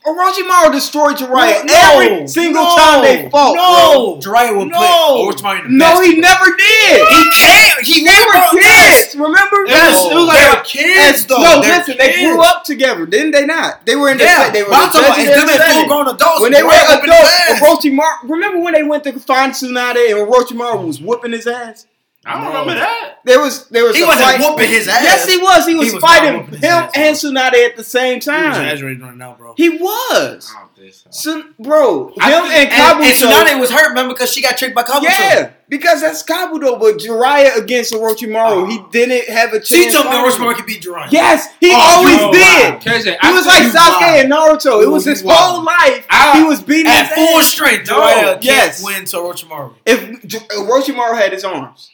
B: Orochimaru destroyed Jiraiya
A: No,
B: every single
A: no,
B: time they fought. bro.
A: No.
D: Jiraiya will
A: No.
D: play Orochimaru in the
B: no,
D: best.
B: he never did.
D: He can't. He
B: They
D: never
B: were kids, remember?
D: Yes,
A: No.
D: it was like
B: They
D: they're
B: were-
D: kids though.
B: no,
D: They're
B: listen, they grew
D: kids.
B: up together, didn't they? Not they were in the
D: Yeah,
B: they were
D: but I'm
B: the
D: talking about
B: legendary
D: it's them full
B: setting.
D: grown adults.
B: when they were
D: grew up in the
B: adults.
D: past.
B: Orochimaru, remember when they went to find Tsunade and Orochimaru was whooping his ass?
C: I don't
A: No.
C: remember that.
B: There was there was
D: He
B: a
D: wasn't
B: fight.
D: whooping his ass.
B: Yes, he was. He was,
D: was not
B: fighting
D: whooping
B: him
D: his ass.
B: and Tsunade at the same
A: You're
B: time.
A: exaggerating right now, bro.
B: He was.
C: I don't think so.
B: Tsun- bro, him
D: I
B: and
D: think- and, and
B: Kabuto.
D: Tsunade was hurt, remember, because she got tricked by Kabuto.
B: yeah, because that's Kabuto, but Jiraiya against Orochimaru, he
D: Oh.
B: didn't have a chance.
D: She told me
B: on him.
D: Orochimaru could beat Jiraiya.
B: Yes, he
D: Oh,
B: always did. He was like Sasuke and Naruto. It was his
D: You wild.
B: whole life.
C: I-
B: he was beating
D: At
B: his
D: full
B: ass.
D: strength,
B: No,
D: Jiraiya can't
B: yes.
D: win to Orochimaru.
B: If J- uh, Orochimaru had his arms,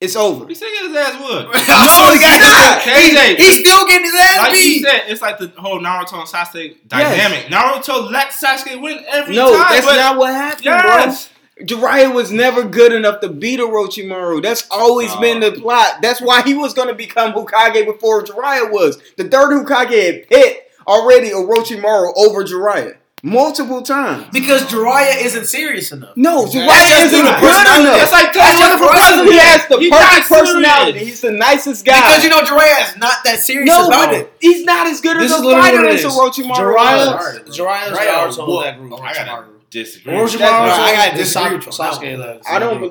B: it's over.
C: You said his ass would.
D: I swear to
B: it's not.
D: God, he-
C: KJ.
D: he's still getting his ass
C: Like you
D: beat.
C: said, it's like the whole Naruto and Sasuke dynamic. Naruto let Sasuke win every
B: No,
C: time.
B: that's
C: but
B: not what happened,
C: yes.
B: bro. Jiraiya was never good enough to beat Orochimaru. That's always
C: Oh.
B: been the plot. That's why he was going to become Hokage before Jiraiya was. The third Hokage had pit already Orochimaru over Jiraiya multiple times.
D: Because Jiraiya isn't serious enough.
B: No,
D: That's
B: Jiraiya
D: just
B: isn't
D: through the
B: good
D: personality.
B: enough.
D: That's like
B: That's
D: Tyler
B: just
D: Cross.
B: because he has the
C: He's
B: perfect
C: not
B: personality.
C: serious.
B: He's the nicest guy.
D: Because you know Jiraiya is not that serious
B: No,
D: about
B: but
D: it.
B: he's not as good
A: This
B: as
A: is
B: a
A: literally
B: fighter
A: what it
B: as
A: is.
B: Orochimaru. was.
A: Jiraiya, Jiraiya's
D: Jiraiya
A: the
D: whooped
A: that group.
C: I gotta disagree.
A: Orochimaru,
B: That's right.
A: I gotta
D: disagree
A: disagree
D: with
A: with
D: you.
A: Sasuke. left.
B: I don't. be-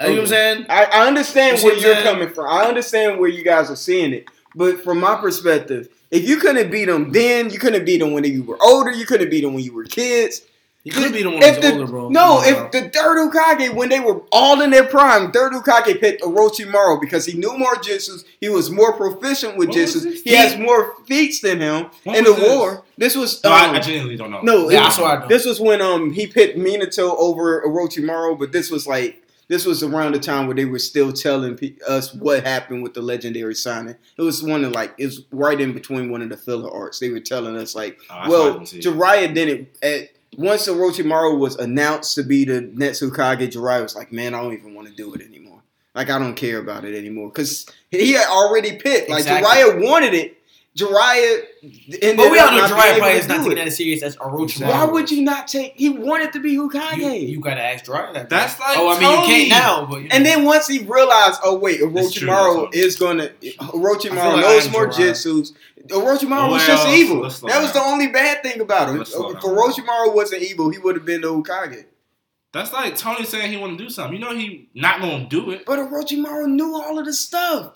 A: You know what I'm saying?
B: I, I understand
A: You
B: where
A: see
B: you're
A: that?
B: coming from. I understand where you guys are seeing it. But from my perspective, if you couldn't beat him then, you couldn't beat him when you were older. You couldn't beat him when you were kids.
A: You could be the one
B: If
A: that's
B: the,
A: older, bro.
B: No,
A: Come on,
B: if the third Hokage, when they were all in their prime, third Hokage picked Orochimaru because he knew more jutsus. He was more proficient with
C: When was
B: jutsus.
C: this?
B: He has more feats than him
C: When
B: in the
C: was this?
B: war. This was
C: No, I,
B: um,
C: I genuinely don't know.
B: No,
D: Yeah,
B: it-
D: I swear I don't.
B: This was when um he picked Minato over Orochimaru, but this was like this was around the time where they were still telling pe- us what happened with the legendary signing. It was one of like it's right in between one of the filler arcs. They were telling us like,
C: Oh, that's why I
B: well,
C: didn't see it.
B: Jiraiya didn't at once Orochimaru was announced to be the Netsukage, Jiraiya was like, man, I don't even want to do it anymore. Like I don't care about it anymore because he had already picked. Like
D: Exactly.
B: Jiraiya wanted it. Jiraiya, ended
D: But we all
B: up
D: know
B: not being
D: Jiraiya
B: able
D: probably
B: to
D: is not
B: do
D: taking
B: it.
D: that as serious as Orochimaru.
B: Why would you not take? He wanted to be Hokage.
D: You, you gotta ask Jiraiya that.
C: That's like
D: oh, I mean,
C: Tony.
D: you can't now, but you know.
B: and then once he realized, oh wait,
C: That's true,
B: Orochimaru
C: that's all.
B: is gonna.
A: I feel
B: Orochimaru
A: like
B: knows
A: I am
B: more
A: Jiraiya.
B: jutsus. Orochimaru was
C: Well,
B: just evil.
C: let's slow
B: That was the
C: down.
B: only bad thing about him. If
C: Let's slow down.
B: Orochimaru wasn't evil, he would have been the Hokage.
C: That's like Tony saying he want to do something. You know he not gonna do it.
B: But Orochimaru knew all of the stuff.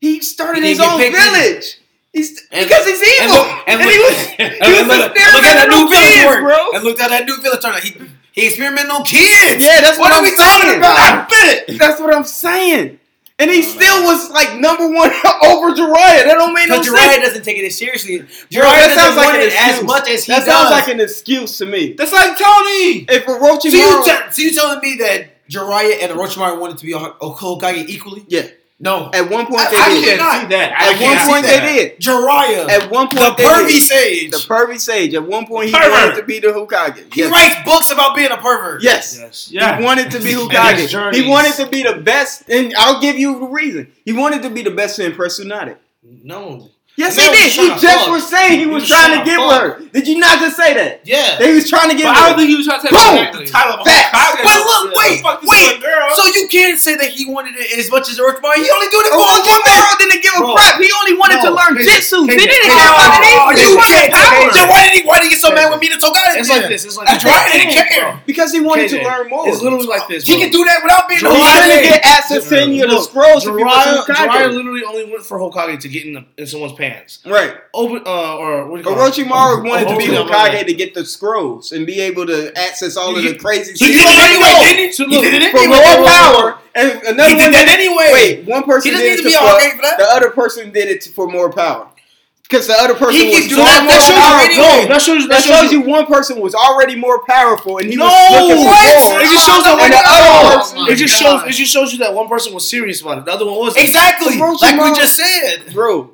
B: He started
D: He
B: his
D: didn't get
B: own
D: picked
B: village. He's,
D: And-
B: because he's evil, and,
D: and look- and
B: he
D: look-
B: was
D: And
B: he was
D: look- look at that
B: experimenting
D: new
B: on
D: village
B: kids,
D: work.
B: bro.
D: And looked at that new village turn out. He, he experimented on kids.
B: Yeah, that's what,
D: what are
B: I'm
D: we
B: saying.
D: talking about?
B: I fit. That's what I'm saying. And he still was like number one over Jiraiya. That don't make no
D: Because Jiraiya
B: sense.
D: doesn't take it as seriously. Jiraiya
B: Bro, that sounds
D: doesn't
B: like
D: want
B: an
D: it as
B: excuse.
D: much as he
B: that
D: does.
B: sounds like an excuse to me.
C: That's like Tony.
B: If
D: so, you
B: Orochimaru,
D: te- so you telling me that Jiraiya and Orochimaru wanted to be a Ho- a Hokage equally?
B: Yeah.
D: No.
B: at one point
D: I-
B: they
D: I
C: I
B: did.
C: can't
D: cannot.
C: see that. I
B: at
C: can't
B: one
C: see
B: point they
C: that.
B: did.
D: Jiraiya,
B: At one
D: the
B: point they
D: pervy
B: did.
D: sage.
B: The pervy sage. At one point he
C: Pervert.
B: wanted to be the Hokage.
D: he
B: Yes.
D: writes books about being a pervert.
B: Yes.
A: Yes.
C: Yeah.
B: He wanted to be
C: And his
B: Hokage.
C: journeys.
B: He wanted to be the best, and I'll give you the reason. He wanted to be the best to impress Tsunade.
A: No.
B: Yes,
A: Man, he was
B: he did. You
A: trying to
B: just
A: fuck.
B: were saying
A: He
B: he was
A: was
B: trying
A: trying to
B: to get
A: fuck.
B: with her. Did you not just say that?
A: Yeah.
B: That he was trying to get
C: But I don't
B: with her.
C: think he was trying to take
B: Boom!
C: back the title of a
B: Facts.
C: whole podcast.
B: But look,
C: Yeah.
B: wait,
C: Fuck this
B: wait.
C: little girl.
D: So you can't say that he wanted it as much as Earth Boy. He only doing it
B: Oh,
D: for one
B: what you mean?
D: girl, didn't give a
A: Bro.
D: crap. He only wanted to
A: No,
D: learn
A: Kendrick,
D: jitsu. They
A: Kendrick, Kendrick.
D: didn't have none of
A: Oh,
D: these. You
A: you
D: wanted
A: can't,
D: power.
A: Kendrick.
D: Then why did he? Why did he get so mad with me to talk out of
A: It's
D: here?
A: like this. It's like
D: That's
A: this.
D: why I didn't care.
B: Because he wanted to
A: KJ,
B: learn more.
A: It's literally like this.
D: He
A: bro.
D: can do that without
B: He
D: being a
A: Jiraiya
B: couldn't
D: Hokage.
B: get access to any of the scrolls if
A: Jiraiya,
B: he was in
A: Jiraiya
B: Hokage.
A: literally only went for Hokage to get in, the, in someone's pants.
B: Right.
A: Open uh, or what do you call it?
B: Orochimaru wanted to be
A: Orochimaru.
B: Hokage to get the scrolls and be able to access all of
A: He-
B: the crazy
D: He
B: shit.
D: did it anyway, didn't he?
A: So
D: He
A: look,
D: did it
B: For
D: anyway.
B: raw power, and another
D: He
B: one
D: did that anyway.
B: Wait, one
D: He
B: person
D: doesn't
B: did
D: need
B: it
D: to
B: to
D: be a
B: fuck.
D: Hokage for that.
B: The other person did it to, for more power. Because the other person
D: He
B: was
D: can do
B: far
D: that.
B: more
D: That shows you
B: powerful.
D: already-
A: No, that shows
B: That shows you one person was already more powerful, and he
A: No,
B: was looking
A: what?
B: for more.
A: It just shows that
B: and
A: one
B: the other
A: person.
B: person.
D: Oh my
A: It just
D: God.
A: shows. It just shows you that one person was serious about it. The other one wasn't.
D: Exactly,
B: Bro,
D: like we
B: Jamar-
D: just said.
B: Bro,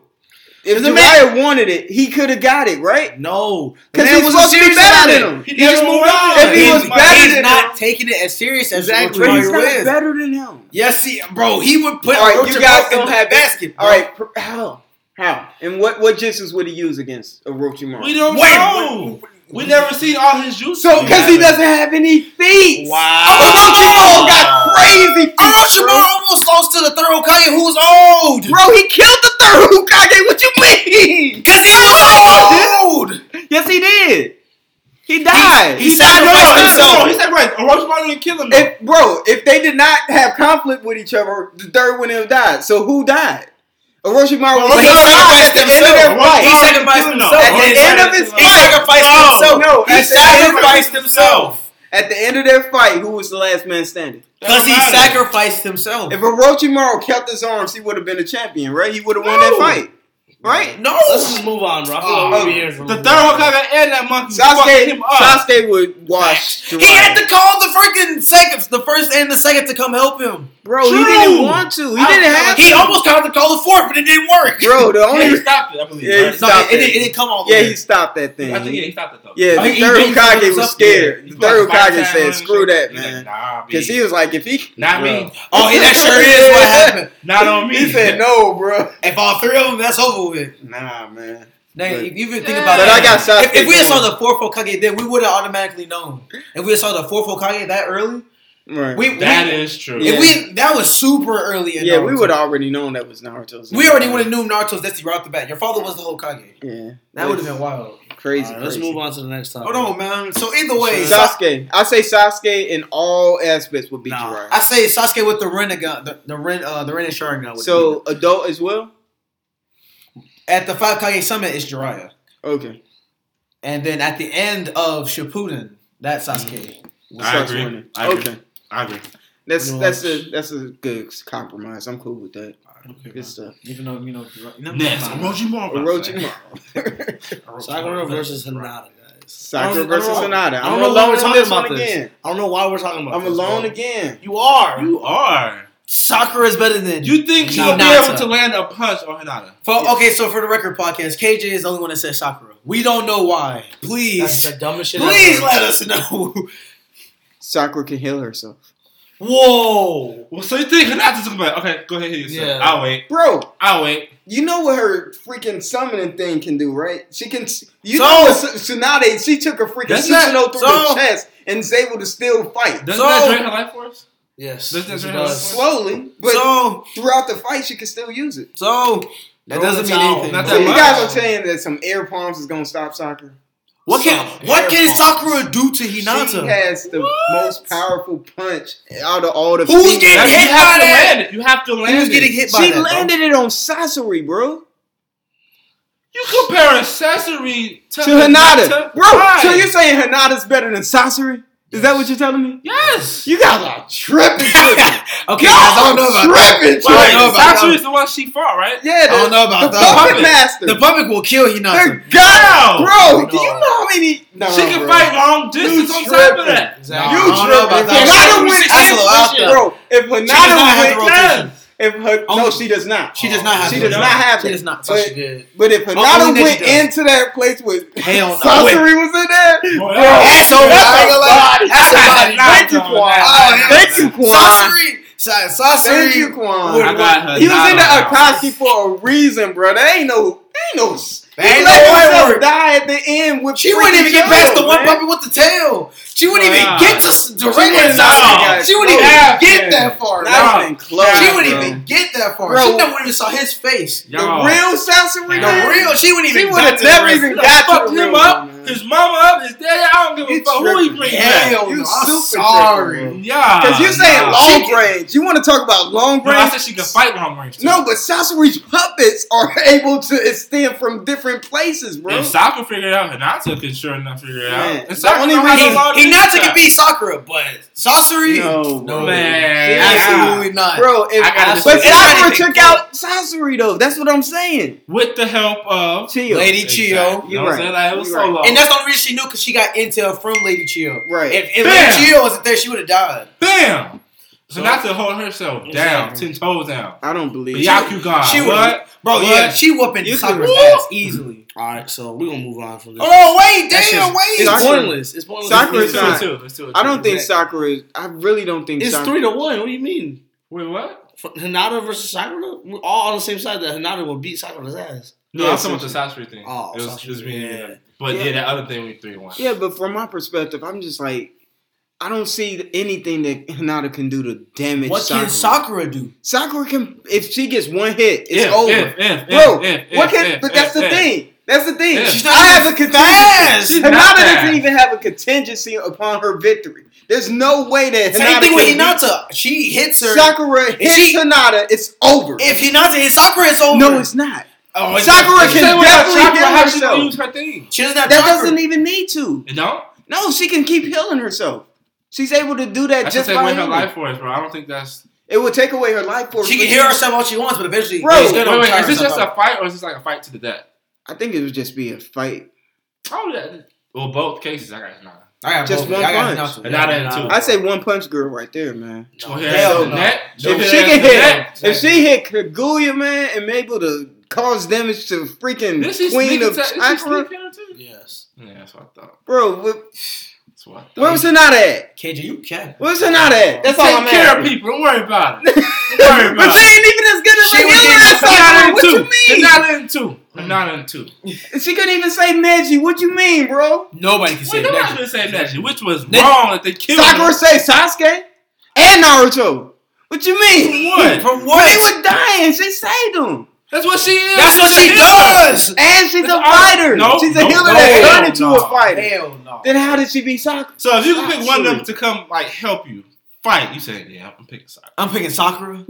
B: if
D: The
B: the
D: man-
B: wanted it, he could have got it, right?
A: No, The
B: 'Cause
A: man
B: he's
A: wasn't
B: supposed to be
A: serious
B: better
A: about
B: than
A: it.
B: him.
A: He just moved on.
B: If he
D: He's-
B: was better
D: he's
B: than
D: not
B: him.
D: taking it as serious as
A: Exactly.
D: exactly.
B: But he's
D: Roy
B: not
D: is.
B: better than him.
D: Yes, he, bro, he would put
B: All right,
D: Roach
B: you guys
D: in
B: don't
D: the
B: have-
D: basket.
B: All right, pr- how? How? And what what justice would he use against Orochimaru?
C: We don't
D: Wait,
C: know. We never seen all his juice.
B: So, because he
C: Yeah.
B: doesn't have any feet.
A: Wow.
B: Orochimaru got crazy feet.
D: Orochimaru almost lost to the third Hokage, who's old.
B: Bro. Bro, he killed the third Hokage. What you mean?
D: Yes, he was old.
B: Yes, he did. He died.
D: he
B: He
D: said-
B: died
C: No,
B: himself.
C: no, no, no, he said right. Orochimaru didn't kill him. though.
B: If bro, if they did not have conflict with each other, the third one would have died. So who died? Orochimaru was
C: Orochimaru
B: alive at the end of their
C: himself.
B: fight.
D: He
C: Orochimaru
D: sacrificed
C: didn't kill him,
D: himself.
C: though.
B: At the end of his
D: He
B: fight,
D: sacrificed
C: No.
D: himself.
B: No,
D: he
B: at the end of-
D: sacrificed himself.
B: at the end of their fight, who was the last man standing?
D: Because he
C: Doesn't matter.
D: sacrificed himself.
B: If Orochimaru kept his arms, he would have been a champion, right? He would have won that
C: No.
B: fight, right?
D: No.
A: Let's just move on, bro. I feel like
B: Oh.
A: we'll be here for a
C: The
A: little
C: third
A: bit.
C: Hokage and that monkey fucked
B: Sasuke,
C: him up.
B: Sasuke would wash.
D: He had to call the freaking seconds, the first and the second, to come help him.
B: bro. He
C: True.
B: didn't want to. He didn't have
D: He
B: to.
D: almost called to call the fourth, but it didn't work.
B: bro. The
C: Yeah, he
B: only
C: stopped it, I believe.
B: Yeah, he
C: right?
D: No,
B: stopped
D: it,
B: it.
D: didn't, it didn't come all the
B: yeah,
D: way.
B: he stopped that thing.
C: I think yeah, he stopped it though.
B: Yeah,
D: Like,
B: the
D: he
B: third
D: beat
B: Hokage
D: himself
B: was
D: up.
B: scared. The
C: He's
B: third
C: like five
B: Hokage
C: times
B: said,
C: running
B: "Screw
C: shit."
B: that,
C: He's like,
B: man,"
C: Nah,
B: because
C: B.
B: he was like, "If he,
C: not
B: Bro.
C: me,
D: oh, yeah, that sure is what happened.
C: not on me."
B: he said no, bro."
D: If all three of them, that's over with.
B: Nah, man.
D: Now,
B: But-
D: if you even think about
B: But I
D: that,
B: got Sasuke
D: if, if we had saw
B: going.
D: the fourth Hokage then we would have automatically known. If we had saw the fourth Hokage that early,
B: Right.
D: we, we
C: That is true.
B: Yeah.
D: if we that was super early. In
B: yeah,
D: Naruto.
B: we would have already known that was Naruto's.
D: We already would have knew Naruto's destiny right off the bat. Your father was the Hokage.
B: Yeah,
D: That would have been wild.
B: crazy.
A: All right, let's
B: crazy.
A: move on to the next topic.
D: Hold on, man. So either way, Sas-
B: Sasuke, I say Sasuke in all aspects would beat
A: Nah.
B: Jiraiya.
D: I say Sasuke with the Renegon, the, the Ren, uh, the Ren and Sharingan. would
B: So adult as well.
D: be. at the Five Kage Summit is Jiraiya,
B: Okay,
D: and then at the end of Shippuden, that's Sasuke.
B: We'll
C: I
B: start
C: agree.
B: winning.
C: I agree.
B: Okay,
C: I agree.
B: that's
A: No,
B: that's
A: it's-
B: a that's a good compromise. I'm cool with that.
D: Okay,
B: Good stuff.
D: Even though you know, Jiraiya- never
C: Next,
D: mind.
C: Orochimaru.
B: Orochimaru.
A: Sakura versus Hinata, guys.
B: Sakura
A: I don't- I
B: versus
A: don't-
B: Sonata.
A: I don't
B: I'm
A: know why
B: alone
A: we're
B: in
A: talking
B: this one
A: about this.
B: again.
A: I don't know why we're talking about.
B: I'm
A: this,
B: alone
A: bro.
B: again.
A: You are.
C: You are.
D: Sakura is better than
C: You think she'll be
D: Hinata.
C: able to land a punch on Hinata?
D: For, okay, so for the record podcast, KJ is the only one that said Sakura. We don't know why.
A: That's
D: Please,
A: the dumbest shit.
D: please
A: ever.
D: let us know.
B: Sakura can heal herself.
A: Whoa.
C: Well, so you think Hinata's gonna be like, okay, go ahead, hit yourself.
A: Yeah.
C: I'll wait.
B: Bro,
C: I'll wait.
B: you know what her freaking summoning thing can do, right? She can. You
D: So-
B: know what Su- Tsunade, she took a freaking
C: That's
B: Susanoo
C: not-
B: through the
D: so-
B: chest and is able to still fight.
C: Doesn't
D: So-
C: that drain her life force?
A: Yes.
C: Doesn't that
A: Yes, it
C: sound
A: does.
C: like-
B: Slowly, but
D: so,
B: throughout the fight, she can still use it.
D: so that
A: Throw
D: doesn't
A: the
D: mean
A: towel.
D: anything.
C: Not
B: So
C: that
B: you
C: much.
B: guys are saying that some air palms is gonna stop Sakura?
D: what can
A: Some
D: what can
A: air
D: Sakura do to
B: She
D: Hinata?
B: has the most powerful punch out of all the.
D: Who's
B: people.
D: getting
C: That's-
D: hit
C: you have
D: by
C: to
D: that.
C: land it. You have to land
D: He was
C: it.
D: getting hit by
B: She
D: that. bro.
B: landed it on Sasori, bro.
C: You compare accessory to,
B: to Hinata. Bro,
C: Why?
B: so you're saying Hinata's better than Sasori? Is that what you're telling me?
C: yes.
B: You guys are tripping.
D: okay, I don't know about that.
B: tripping,
D: Well, I
C: Wait,
D: don't
B: tripping.
D: know about
C: Sasori is the one she fought, right?
B: Yeah,
D: I don't
B: the,
D: know about
B: the
D: that.
B: puppet master.
D: The public will kill Hinata.
B: They're God,
C: No.
B: bro. Do
A: No.
B: you know how many? No,
C: she can
B: bro.
C: fight long distance on top of
B: tripping.
C: that.
D: Nah,
A: Exactly.
B: You
D: I don't know about
B: tripping? If
D: that.
B: Hinata
D: She-
B: went,
D: that's a little out there.
B: bro. If
D: does not have
B: Hinata
D: the
B: went,
C: Yes.
B: if her, no,
D: Only-
B: she does not.
D: She does not have.
B: She
D: to
B: does
D: do
B: not
D: that.
B: have
D: She
B: it.
D: does not.
A: So
B: But-
A: she did.
B: But if
D: Only
B: Hinata
D: that
B: went
D: she does.
B: into that place with
D: Hell no.
B: Sasori was in there,
C: Boy,
B: bro,
C: that-
D: That's over.
B: that's
D: I ain't gonna lie.
B: a body.
D: That's a body.
B: Thank you,
C: Nah,
B: Quan.
C: nah, nah,
B: Thank you, Quan.
D: Sasori, Sa-
B: Thank you,
D: Sasori.
B: Quan.
C: I got her.
B: He was in the
C: dollar.
B: Akatsuki for a reason, bro. That ain't no, ain't no.
D: That
B: Ain't
D: ain't no way
B: no
D: work.
B: die at the end. With
D: She wouldn't even get
B: freaking
D: past the
B: Joe,
D: one
B: man.
D: puppy with the tail. She wouldn't even
C: Nah.
D: get to s- direct
B: She wouldn't-
D: Sasori.
B: nah.
D: She wouldn't even
B: Nah,
D: get
B: man.
D: that far.
B: Not
C: Nah.
B: even close.
D: She
C: Nah,
D: wouldn't
C: bro.
D: even get that far.
B: Bro.
D: She never even saw his face.
B: The
C: Y'all.
B: real Sasori.
C: The
D: The
B: man?
D: real, she wouldn't
B: She
D: even.
B: would have
D: got to the
B: never
D: rest.
B: even
C: Done
B: got
C: fucked
B: to the
C: him
B: real
C: up,
B: one, man.
C: his mama up, his daddy. I don't give a
B: You
C: fuck who he
B: tripping.
C: brings back.
D: Hell
B: You
D: no! I'm
B: super
D: sorry.
B: tripping,
C: Yeah,
B: Because you're saying
C: nah.
D: She
B: long
D: can-
B: range. You want to talk about long
C: No, I
B: range?
C: said she could fight long range. too.
B: No, but Sasori's puppets are able to extend from different places, bro.
C: If Sokka can figure it out, Hinata can sure enough figure it
B: Man,
C: out. And
B: the
C: Sokka
B: only
C: know how to
B: reason-
C: log
D: He
C: in
D: not
C: to
D: can
C: that.
D: beat Sakura, but Sasori,
B: bro.
C: Man,
D: absolutely not.
B: Bro, if,
C: I gotta
B: but
C: disagree.
B: Sakura
D: Anything
B: took out Sasori though. That's what I'm saying.
C: with the help of
B: Chill.
D: Lady Chio,
C: You
B: You're
C: know what I'm
B: right.
C: saying? Like, it was
B: You're
C: so
B: right.
C: long.
D: and that's the only reason she knew because she got intel from Lady Chio.
B: Right.
D: If, if
C: Bam.
D: Lady Chio wasn't there, she would have died.
C: Bam! So not to hold herself down,
A: Exactly.
C: ten toes down.
B: I don't believe
C: Yaku God.
D: she would've-
C: what?
D: Bro,
C: What?
D: yeah, she whooping
B: You
D: Sakura's
B: could-
D: ass easily.
A: All right, so we're gonna move on from this.
D: Oh wait,
A: That shit's-
D: damn, wait.
A: It's
B: Sakura-
A: pointless. It's pointless.
B: Sakura
C: Let's
A: it's
B: is
C: do
B: not-
C: it too. Let's do it
B: I
C: too.
B: don't think
A: Exact-
B: Sakura is I really don't think
A: it's
B: Sakura
A: three to one. What do you mean?
C: Wait, what?
A: F- Hinata versus Sakura, we're all on the same side. That Hinata will beat Sakura's ass.
C: No,
B: Yeah,
C: I'm talking about the Sasori thing.
A: Oh,
C: it was,
A: Sasori,
C: it was me.
A: yeah.
C: Yeah. But yeah.
B: Yeah.
C: that other thing we three one.
B: Yeah, but from my perspective, I'm just like I don't see anything that Hinata can do to damage
D: What
B: Sakura.
D: can Sakura do?
B: Sakura can if she gets one hit, it's
C: If,
B: over.
C: If, if,
B: Bro,
C: if, if,
B: what can
C: if,
B: but
C: if,
B: that's the
C: if.
B: thing. That's the thing.
C: Yeah.
B: She's
C: She's
B: not, I have a contingency.
D: Fast.
C: She's not
B: Hinata doesn't
C: bad.
B: even have a contingency upon her victory. There's no way that
D: Same
B: Hinata
D: thing with
B: can beat
D: Hinata. She hits her.
B: Sakura hits
D: she-
B: Hinata, it's over.
D: If Hinata hits Sakura, it's over.
B: no, it's not.
D: Oh, it's
B: Sakura
C: Same
B: can
C: with her
B: definitely
C: chakra,
B: heal
C: how she
B: herself.
C: use her thing.
D: She doesn't have
B: That
D: Sakura.
B: doesn't even need to.
C: You know?
B: No, she can keep healing herself. She's able to do that
C: That's
B: just
C: just
B: by
C: away her
B: healing.
C: life force, bro. I don't think that's.
B: It will take away her life force.
D: She
B: but
D: can hear herself all she wants, but eventually,
B: Bro,
D: she's
C: Wait,
D: gonna
C: wait,
D: tire
C: is this
D: herself
C: just
D: out.
C: a fight or is this like a fight to the death?
B: I think it would just be a fight.
C: Oh, yeah. Well, both cases, I got Hinata.
D: I got
B: just
D: both.
B: one
D: I got
B: punch.
D: Hinata.
C: And not in two.
B: I say one punch girl right there, man.
C: Go ahead,
B: hell
C: the
B: no.
C: net. Go
B: If
C: ahead,
B: she can
C: the
B: hit,
C: net.
B: if she hit Kaguya, man, and able to cause damage to freaking
C: This is
B: Queen of
C: Is she
B: Chakra,
C: sneaking her too?
A: Yes.
C: Yeah, that's what I thought.
B: bro, wh-
C: That's what I thought.
B: where was Hinata at?
D: KJ, you can.
B: Where was Hinata at? That's all I'm
C: Take care of
B: asking.
C: people. Don't worry about it.
B: but
C: Don't worry about
B: she
C: it.
B: ain't even as good as the
C: was
B: healer
C: getting-
B: as Sakura. What you mean? Hmm.
C: Hinata in two. Hinata in two.
B: She couldn't even say Neji. What you mean, bro?
D: Nobody can say
C: Wait, nobody
D: that.
C: should say Neji, which was
D: Neji-
C: wrong that they killed
B: Sakura
C: him.
B: say Sasuke and Naruto. What you mean?
C: What?
D: From
B: They
D: what?
B: were dying. She saved them.
C: That's what she is.
D: That's what she does.
B: And she's
C: It's
B: a
C: all-
B: fighter.
C: No,
B: she's a
C: no,
B: healer
C: no,
B: that
C: no,
B: turned into
C: no.
B: a fighter.
D: Hell no.
B: Then how did she be Sakura?
C: So if you could pick one of them to come like help you fight, you say, yeah, I'm picking Sakura.
D: I'm picking Sakura.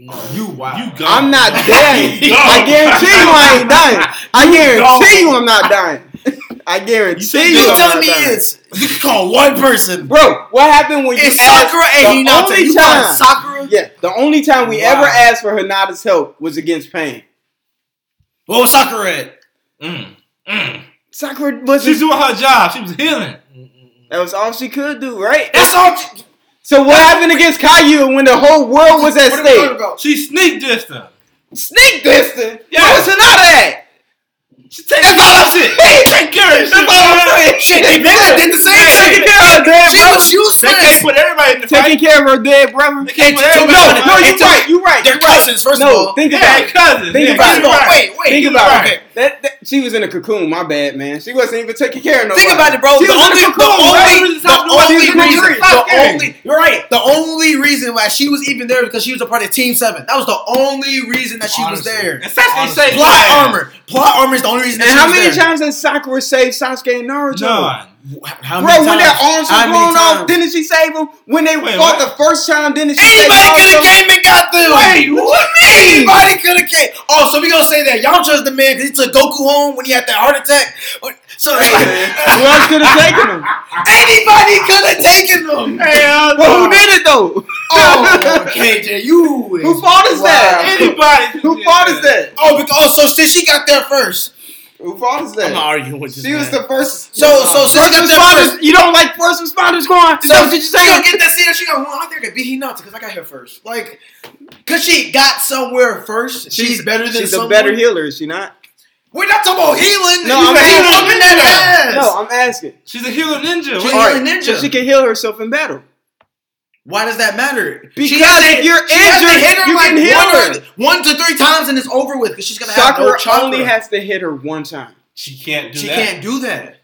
A: No.
D: You wow.
C: You go.
B: I'm not dying.
C: You
B: I
C: dumb.
B: guarantee you I ain't dying. I guarantee
C: dumb.
B: you I'm not dying. I guarantee you.
D: You
B: I'm
D: telling
B: not
D: me
B: dying.
D: is you can call one person.
B: Bro, what happened when you
D: It's
B: asked?
D: Sakura and
B: the
D: Hinata.
B: only
D: You
B: time-
D: calling Sakura?
B: Yeah, the only time we
D: Wow.
B: ever asked for Hinata's help was against Pain.
D: What was Sakura at?
C: Mm, mm.
B: Sakura
C: She's
B: was
C: doing her job. She was healing.
B: that was all she could do, right?
D: That's all. What
B: So what happened against Caillou when the whole world was at
D: are we talking
B: stake?
D: about?
C: She sneak dissed him.
B: Sneak distance.
C: Yeah.
B: Where was Hinata at?
C: She take
B: That's all I'm saying.
C: Take care of
B: That's all I'm saying.
D: Shit, they nigga did the same
B: Taking
D: shit.
B: care of her dead
D: Shit,
B: brother.
D: what you
C: They can't
D: said.
C: put everybody in the fight.
B: Taking care of her dead brother.
C: They can't put
B: No,
C: everybody in
B: no,
C: the fight.
B: you're right. You're right.
D: They're
B: You're right.
D: cousins, first of
B: No,
D: all.
B: think about
C: Yeah,
B: it.
C: cousins.
B: Think
C: yeah,
B: about
D: First
B: it.
D: of all,
C: cousins.
D: Wait, wait.
B: Think
D: you
B: about
D: right.
B: it. That, that- she was in a cocoon. My bad, man. She wasn't even taking care of nobody.
D: Think about it, bro.
B: She
D: the
B: was
D: only,
B: in a
D: the
B: cocoon. right?
D: only,
C: reason-
D: the only
B: reason-
D: reason,
B: Stop
D: the
B: caring.
D: only, you're right. The only reason why she was even there because she was a part of Team Seven. That was the only reason that she
A: Honestly.
D: was there.
C: And Sasuke
A: Honestly.
C: say
D: Plot armor, plot armor is the only reason. That
B: and
D: she
B: how
D: was
B: many
D: there.
B: times did Sakura save Sasuke and Naruto?
C: None.
D: How
B: Bro,
D: many
B: when their arms
D: times? How
B: were
D: many
B: blown off,
D: times?
B: didn't she save them? When they
C: Wait,
B: fought
C: what?
B: the first time, didn't she
D: Anybody could
B: save
D: have
B: Naruto?
D: came and got them.
B: Wait, what do you mean?
D: Anybody could have came. Oh, so we gonna say that y'all trust the man because he took Goku home when he had that heart attack. So
B: Who else could have taken them?
D: anybody could have taken them.
C: Hell
B: But
C: no.
B: who did it though?
D: Oh, KJ, you. is-
B: Who fought is that?
D: Wow.
C: Anybody.
B: Who fought is that?
D: Oh, because oh, so since she got there first.
B: Who fought is
A: I'm not
B: that?
A: arguing with this.
B: She was
A: man.
B: the first.
D: So so since she
B: first
D: got there first.
B: responders. You don't like first responders going?
D: So
B: So did you
D: she gonna
B: say?
D: get that scene. She gonna well, I think I beat he nuts because I got here first. Like, cause she got somewhere first. She's, better than
B: She's a
D: someone.
B: better healer, is she not?
D: We're not talking about healing.
B: No,
D: We're
B: I'm
D: healing
B: saying-
D: whooping that ass.
B: No, I'm asking.
C: She's a healer ninja.
D: She's
B: All
D: a
B: right,
D: healing ninja.
B: So she can heal herself in battle.
E: Why does that matter?
B: Because
E: She has to
B: if
E: hit-
B: you're
E: she has to
B: injured,
E: hit her
B: you
E: like
B: can hit
E: one, Or,
B: her.
E: one to three times and it's over with because she's gonna have no
B: Sakura
E: chakra.
B: only has to hit her one time.
C: She can't do
E: she
C: that.
E: can't do that.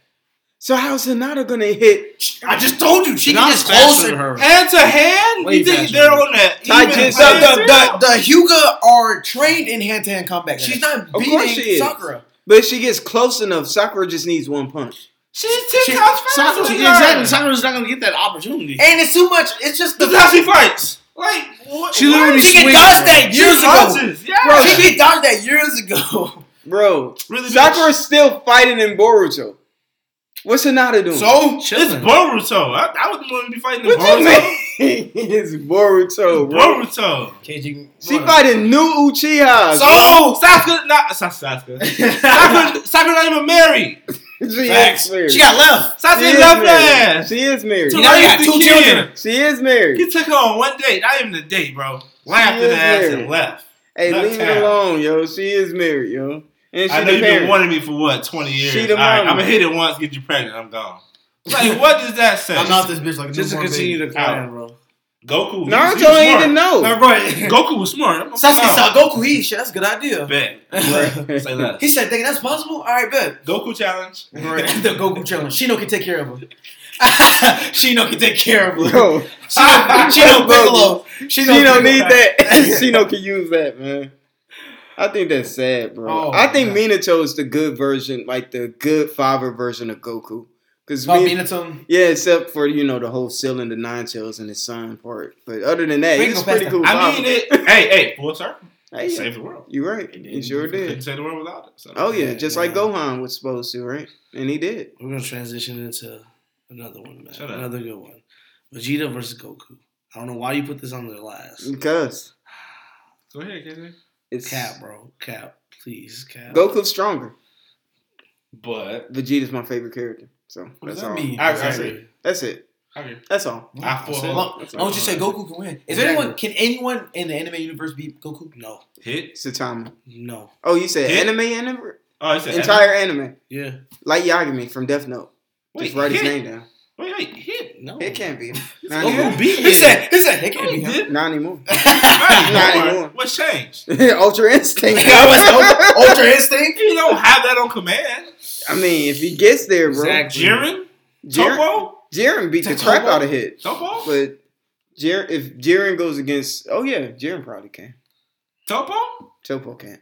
B: So how's Hinata gonna hit
E: I just told you she can
A: Hinata's
E: just close
A: faster
E: it.
A: than her.
C: Hand to hand?
A: Way
C: you think
A: faster
C: they're
A: than
C: on that?
B: Ty
C: even
B: Jin-
E: The, the,
C: playing
E: the, the Hyuga are trained in hand to hand combat. She's not
B: course
E: beating
B: she is.
E: Sakura.
B: but if she gets close enough, Sakura just needs one punch.
C: She's ten
A: She-
C: times faster
A: Sakura,
C: than her.
A: exactly. Sakura's not gonna get that opportunity.
E: And it's too much. It's just the
C: That's how she fights. Like what?
A: She literally
E: she can
A: swings,
E: dodge
A: bro.
E: that years ago.
C: Yeah.
B: Bro,
E: She can dodge that years ago.
B: Bro,
C: really
B: Sakura's still fighting in Boruto. What's Hinata doing?
E: So
C: It's
A: Chilling.
C: Boruto. I, I wouldn't want to be fighting the
B: what you
C: Boruto.
B: mean? it's Boruto, bro.
C: Boruto.
D: KG.
B: She fighting new Uchiha.
C: So Sasuke not Sa- Sasuke. Sasuke, Sasuke not even married.
B: she
E: facts.
B: is married.
E: She got left.
C: Sasuke
B: She is
C: left
B: married.
C: ass.
B: She is married.
C: To
E: You know, he
C: raise
E: got
C: the
E: two
C: kid.
E: children.
B: She is married.
C: He took her on one date, not even a date, bro. Laughed
B: She is
C: in the ass
B: married.
C: and left.
B: Hey,
C: Not
B: leave
C: town.
B: it alone, yo. She is married, yo. And she
C: I know
B: the
C: you've been
B: parent.
C: wanting me for what twenty years.
B: She the
C: All right,
B: mama.
C: I'm gonna hit it once, get you pregnant. I'm gone. Like what does that say?
D: I'm not this bitch like a
A: Just to
D: newborn
A: continue
D: baby.
A: to climb, bro.
C: Goku. he was- he
B: Naruto ain't
C: was smart.
B: even know.
D: Now, right.
C: Goku was smart. I'm gonna
E: Sasuke saw
C: fuck
E: Goku. He shit. That's a good idea.
C: Bet.
B: Right.
C: Say less.
E: He said, "Think that's possible? All right, bet."
C: Goku challenge.
D: the Goku challenge.
E: Shino can take care of her. Shino can take care of her.
B: Yo,
E: Shino, Shino Piccolo. Shino,
B: she
E: Piccolo.
B: don't need that. she don't can use that, man. I think that's sad, bro.
D: Oh,
B: I think
D: man.
B: Minato is the good version, like the good father version of Goku. Cause
D: Oh,
B: Min-
D: Minato.
B: yeah, except for you know the whole selling the nine tails and his son part. But other than that,
D: We can
B: he's
D: go
B: pretty
D: past
B: cool.
C: I mean
B: father.
C: it. Hey, hey, full circle.
B: Hey, yeah,
C: Save the world.
B: you right. You sure
C: Couldn't
B: did.
C: save the world without it. so.
B: Oh yeah,
A: Yeah,
B: just
A: yeah.
B: like Gohan was supposed to, right? And he did.
A: We're gonna transition into another one, man.
C: Shut up.
A: Another good one. Vegeta versus Goku. I don't know why you put this on there last.
B: Because
C: Go ahead, KJ.
B: it's
A: Cap, bro. Cap, please, cap.
B: Goku's stronger.
C: But
B: Vegeta's my favorite character. So
D: What
B: that's
D: does that
B: all.
D: mean?
C: I, I
A: That's
C: agree.
A: it.
B: That's it.
C: I agree.
B: That's all.
C: I full
A: That's it.
C: hold.
D: Why don't you say Goku can win? Is there
B: Exactly.
D: anyone? Can anyone in the anime universe beat Goku?
A: No,
C: Hit.
B: Satama.
A: no.
B: Oh, you said
C: Yeah.
B: anime, anime,
C: Oh, it's an
B: entire anime.
A: Yeah,
B: Like Yagami from Death Note.
C: Wait,
B: Just write his name
C: hit.
B: down.
C: Wait, wait, hit.
A: no.
B: It can't be. Not
A: Goku
B: anymore.
A: beat
E: He
A: him.
E: said, he said, it can't be
C: Hey,
E: him.
C: hit.
B: Not anymore.
C: Alright,
B: Not
C: boy.
B: anymore.
C: What's changed?
B: Ultra Instinct.
E: That was Ultra- Ultra Instinct.
C: You don't have that on command.
B: I mean, if he gets there, bro.
A: Exactly.
C: Jiren?
B: Jiren,
C: Topo?
B: Jiren beat the
C: Topo?
B: crap out of hit.
C: Topo?
B: But Jiren, if Jiren goes against, oh yeah, Jiren probably can.
C: Topo?
B: Topo can.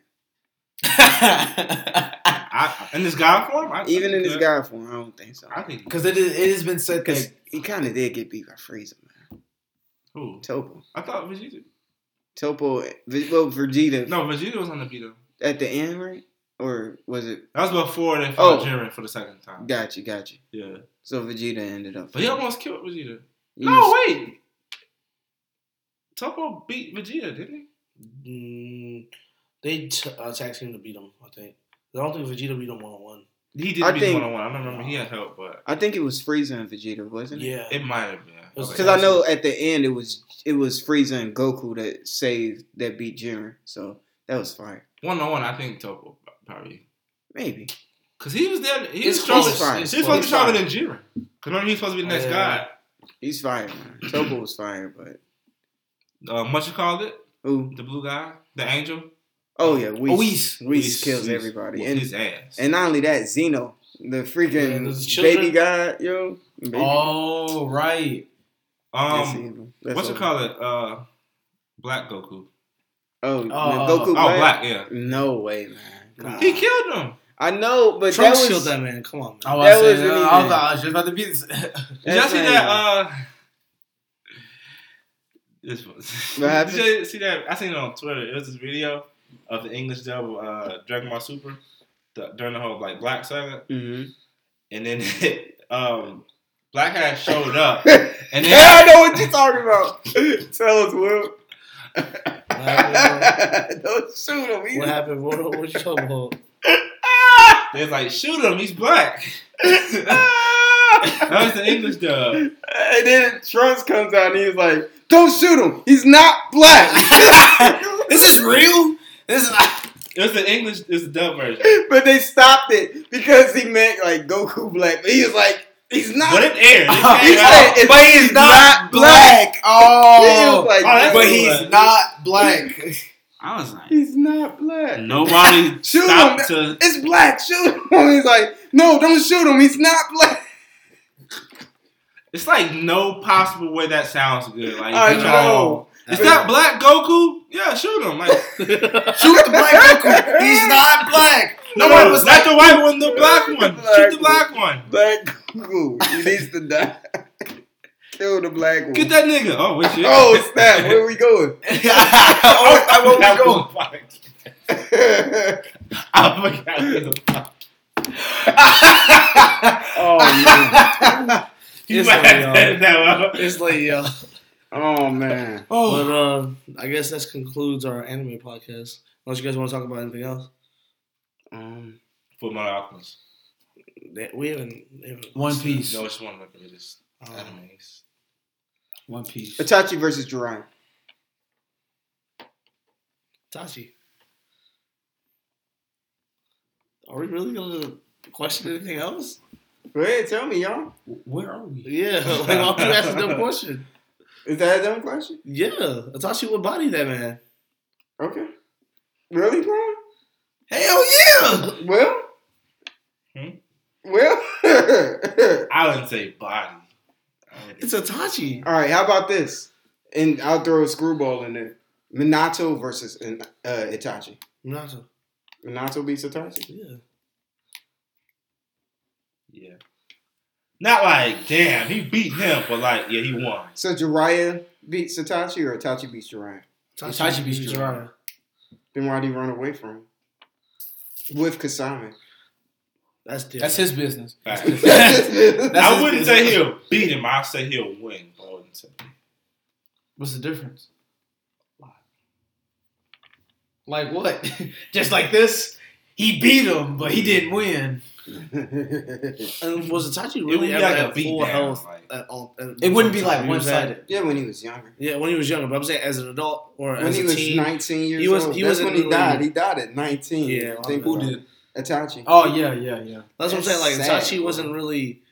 C: I, in this guy form? I,
B: Even
C: I
B: in his
C: could.
B: guy form, I don't think so.
C: I think.
D: Because it, is- it has been said
B: Because
D: that
B: he kind of did get beat by Frieza, man.
C: Who?
B: Topo.
C: I thought Vegeta.
B: Topo, well, Vegeta
C: No, Vegeta was on the beat up.
B: at the end, right? Or was it?
C: That was before they fought
B: Oh.
C: Jiren for the second time.
B: Got you, got you.
C: Yeah.
B: So Vegeta ended up.
C: But he almost killed Vegeta.
B: You
C: No,
B: just-
C: wait. Topo beat Vegeta, didn't he?
A: Mm, they t- uh, tag team to beat him. I think. I don't think Vegeta beat him one on one.
C: He did
B: I
C: beat
B: think-
C: one on one. I don't remember. He had help, but
B: I think it was Frieza and Vegeta, wasn't it?
A: Yeah,
C: it might have been.
A: was
B: Because I know at the end it was it was Frieza and Goku that saved that beat Jiren. So that was fire.
C: one on one. I think Topo probably
B: Maybe.
C: because he was there. He was
A: It's
C: stronger.
A: close.
B: fine.
A: It's
C: He was supposed to be
A: close.
C: stronger than Jiren. Because remember, he was supposed to be the next
A: Yeah.
C: guy.
B: He's fire, man. Topo was fire, but
C: Uh, what you called it?
B: who?
C: The blue guy, the angel.
B: Oh yeah, Whis.
D: Whis.
B: Whis kills
C: Whis
B: everybody.
C: whooped
B: And
C: his ass.
B: and not only that, Zeno, the
A: Yeah,
B: freaking
A: those children.
B: baby guy, yo. Baby.
D: Oh right.
B: That's
C: um,
B: evil. That's
C: what's it
B: all.
C: called? It uh, Black Goku.
B: Oh, man,
D: Oh,
B: Goku
C: Oh,
B: black?
C: Black. Yeah,
B: No way, man. Come
A: Nah.
B: on.
C: he killed him.
B: I know, but
A: Trunks
B: that
A: killed
B: was
A: that man. Come on, man.
B: That
D: I was,
B: wasn't
D: saying, uh,
B: even-
D: I, was like, I was just about to beat this.
C: Did y'all
B: That's
C: see
B: not
C: that?
B: even-
C: Uh, this one.
B: What happened?
C: Did you see that? I seen it on Twitter. It was this video of the English dub of uh, Dragon Ball Super the, during the whole like Black saga,
B: Mhm.
C: and then um, Black had showed up,
B: Mm-hmm.
C: and
B: Yeah, I
C: then
B: know what you're talking about. Tell us, Will.
A: What happened,
B: Don't shoot him.
A: bro?
B: He's
A: what happened? What, what you talking about?
C: they was like shoot him. He's black. That was the English dub.
B: and then Trunks comes out and he's like, "Don't shoot him. He's not black."
E: This is real. This is.
C: It was the English. It was the dub version.
B: but they stopped it because he meant like Goku black. But he was like, He's not.
C: But it aired. It
B: he
C: came
B: said,
C: out.
B: if
E: But he's not black.
B: Oh,
E: Oh,
B: like,
C: Oh, that's
E: but
C: cool.
E: he's not black.
C: I was like,
B: he's not black.
C: nobody
B: Shoot
C: stopped to.
B: It's black. Shoot him. He's like, no, don't shoot him. He's not black.
C: It's like no possible way that sounds good. Like,
B: I
C: no.
B: know.
C: Is that black Goku? Yeah, shoot him. Like,
E: Shoot the black Goku. He's not black.
C: no,
E: one
C: not the white one, the black one. Shoot the black one.
B: Black Goku. He needs to die. Kill the black one.
C: Get that nigga. Oh, wait, shit.
B: Oh snap! Where we going?
C: Oh, I, I won't
E: That was
C: I forgot.
B: oh man!
C: You
A: It's
C: might
A: funny,
C: have to edit that one.
A: It's like, yo.
B: Oh man!
A: But uh, I guess that concludes our anime podcast. Unless you guys want to talk about anything else,
B: Um,
C: Full Metal Alchemist.
A: That- we haven't. we haven't-
D: One Piece.
C: No, it's one of my greatest
A: um,
C: animes.
D: One Piece.
B: Itachi versus Jiraiya.
A: Tachi. Are we really gonna question anything else?
B: Go ahead, tell me, y'all.
D: Where are we?
A: Yeah, like all you asked a dumb question.
B: Is that a dumb question?
A: Yeah, Itachi would body that man.
B: Okay. Really, bro?
A: Hell yeah!
B: Well.
C: Hmm?
B: Well.
C: I wouldn't say body. I would-
A: It's Itachi.
B: All right. How about this? And I'll throw a screwball in there. Minato versus uh, Itachi.
A: Minato.
B: Minato beats Itachi.
A: Yeah.
C: Yeah. Not like, damn, he beat him, but like, yeah, he won.
B: So Jiraiya beats Itachi, or Itachi beats Jiraiya.
D: Itachi beats Jiraiya.
B: Then why do you run away from him? With Kasame.
A: That's different.
D: That's his business.
C: Facts.
B: That's
C: I wouldn't say he'll beat him. I'd say he'll win. But I wouldn't say.
D: What's the difference? Like what? Just like this? He beat him, but he didn't win.
A: And was Itachi
C: It would
A: really
C: be
A: ever
C: like a
A: at full
C: beat down.
A: health
C: Like,
A: at all? at
D: It wouldn't be
A: one time?
D: like
A: He
D: one
A: was at-
D: sided.
B: yeah, when he was younger.
A: Yeah, when he was younger, but I'm saying as an adult or
B: When
A: as
B: he
A: a
B: was
A: teen.
B: 19 years
A: he was-
B: old.
A: he
B: That's
A: wasn't
B: when he
A: really-
B: died. He died at 19.
A: Yeah, I
B: Think
A: don't
D: Who
B: about it.
D: did?
B: Itachi.
D: Oh yeah, yeah, yeah.
A: That's what I'm
B: That's
A: saying. Like
B: sad,
A: Itachi
B: bro.
A: wasn't really
B: He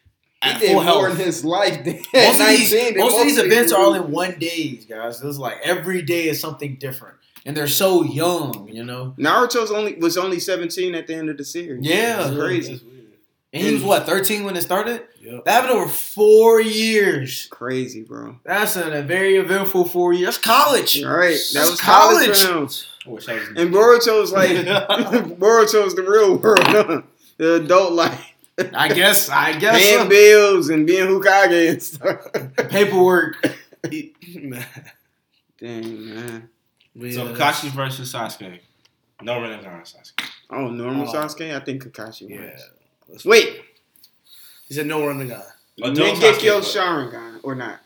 A: at
B: did
A: full
B: more
A: health.
B: in his life than at
D: most of
B: 19.
D: these,
B: than
D: most of these
B: people
D: events are
B: do.
D: all in one days, guys. It's like every day is something different, and they're so young, you know.
B: Naruto's only was only 17 at the end of the series.
D: Yeah,
B: It's crazy.
C: That's weird.
D: and he was what thirteen when it started.
A: Yep.
D: That happened over four years.
B: Crazy, bro.
D: That's a, a very eventful four years. That's college.
B: All right, that
D: That's
B: was college.
D: college.
B: rounds.
C: I wish I was.
B: And Boruto's like Boruto's the real world, huh? the adult life.
D: I guess. I guess.
B: paying
D: so.
B: bills and being Hukage and stuff.
D: Paperwork.
B: Dang man.
A: But
C: so
A: yeah.
C: Kashi versus Sasuke. No Renegon Sasuke.
B: Oh, normal
A: Oh.
B: Sasuke. I think Kakashi wins.
A: Yeah.
B: Wait,
A: He said no running guy.
C: Adult
B: Mengekyo
C: Sasuke,
B: Sharingan or not?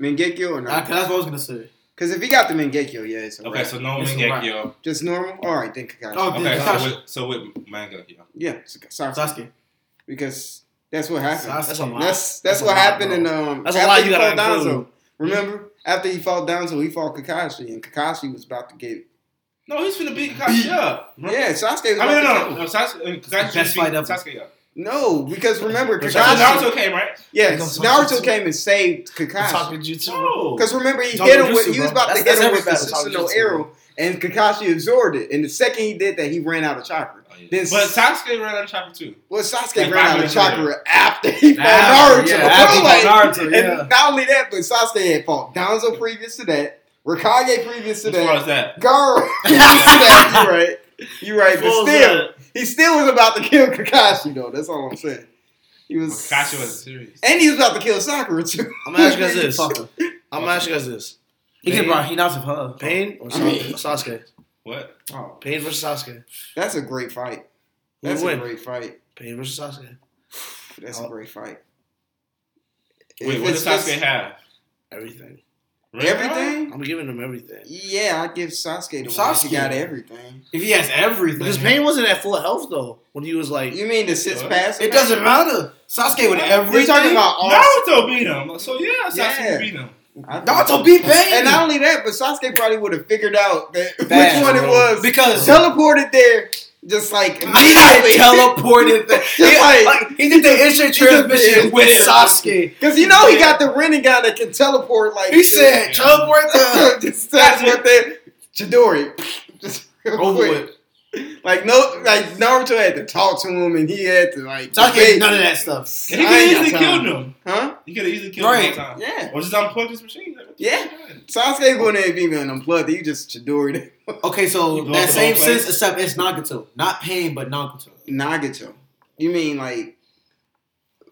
B: Mengekyo or
D: Nah,
B: not?
D: 'cause that's what I was gonna say.
B: Because if he got the Mengekyo, yeah, it's
C: Okay,
B: all right.
C: so no
D: It's
C: Mengekyo.
B: Just normal. All right, then Kakashi.
D: Oh,
C: Okay,
D: Kakashi.
C: so with, so with manga, yeah.
B: Yeah, Sasuke.
D: Sasuke.
B: Because that's what happened.
D: Sasuke.
A: That's a lot.
B: That's that's
A: That's a
B: what
A: lot,
B: happened
A: bro.
B: in um.
A: That's a
B: after
A: lot
B: he
A: you gotta
B: fought
A: include.
B: Danzo. Remember, after he fought Danzo, he fought Kakashi, and Kakashi was about to get.
C: No, he's finna beat Kashi up. bro.
B: Yeah, Sasuke. Was
C: I mean,
B: about
C: no, no,
B: to
C: uh, no, Sasuke, Sasuke
D: Best
C: just beat
D: fight ever.
C: Sasuke
B: no.
C: up.
B: No, because remember,
A: But
C: So
B: Kakashi.
C: Naruto came, right?
B: Yes, Naruto came and saved Kakashi.
A: Talking jutsu.
C: No.
B: Because remember, he
D: Talk
B: hit him with
D: jutsu,
B: he was
D: bro.
B: about to
D: That's-
B: hit him
D: that's
B: with the
D: every battle, talk
B: Susanoo
D: jutsu.
B: arrow, and Kakashi absorbed it. And the second he did that, he ran out of chakra.
C: Oh, yeah.
B: Then-
C: But Sasuke ran out of chapter two.
B: Well, Sasuke
C: Like,
B: ran out of
C: Naruto.
B: chakra after he fought Naruto.
D: After, yeah, after he
B: Like,
D: fought Naruto, yeah.
B: And not only that, but Sasuke had fought Danzo previous to that, Rikage previous to
C: As
B: that,
C: far as that.
B: Gaara previous to that. You're right. You're right. But
A: Full
B: still, he still was about to kill Kakashi, though. That's all I'm saying. He was.
C: Kashi wasn't serious.
B: And he was about to kill Sakura, too.
A: I'm gonna ask you guys this. I'm
D: Fuck him.
A: gonna ask you guys this.
D: He could
A: Pain-
D: have brought Hinata for her.
A: Pain or
B: I mean-
A: Sasuke?
C: What?
A: Sasuke? Pain versus Sasuke.
B: That's a great fight.
A: Who
B: That's
A: would
B: a
A: win?
B: great fight.
A: Pain versus Sasuke.
B: That's a great fight.
C: Oh. Wait,
B: If
C: what
B: it's
C: does Sasuke
B: just
C: have?
A: Everything.
C: Red
B: Everything?
A: I'm giving him everything.
B: Yeah, I give Sasuke the Sasuke.
D: Sasuke.
B: He got everything.
D: If he has everything,
A: Because Pain wasn't at full health though when he was like.
B: You mean the six
C: What?
B: pass?
D: it doesn't matter. Sasuke
C: You're
D: with everything.
B: We're talking about all.
C: Naruto beat him. So yeah, Sasuke
B: Yeah.
C: beat him.
B: I think-
D: Naruto beat Pain.
B: And not only that, but Sasuke probably would have figured out that
D: Fast,
B: which one it
A: bro.
B: was
D: because
B: teleported there. Just like
E: I
B: immediately.
E: teleported. The,
B: Just
E: he,
B: like-
E: like, he did the instant transmission with Sasuke.
B: Because you know he got the renting guy that can teleport like
E: He
B: this.
E: said, "Teleport the."
B: just that's what they Chidori. Just real
D: Over
B: quick.
D: with.
B: Like no like Naruto had to talk to him and he had to like
D: Sasuke,
B: debate.
D: none of that stuff.
C: And he
B: I
C: could
B: ain't got
C: easily
B: time.
C: killed him.
B: Huh?
C: He could easily killed
E: Right.
C: him one time.
B: Yeah.
C: Or just unplug this machine.
B: Yeah. Sasuke going to even even unplugged. He just Chidori
D: Okay, so
C: You blow
D: that
C: the
D: same
C: whole place?
D: sense, except it's Nagato, not pain, but Nagato.
B: Nagato. You mean like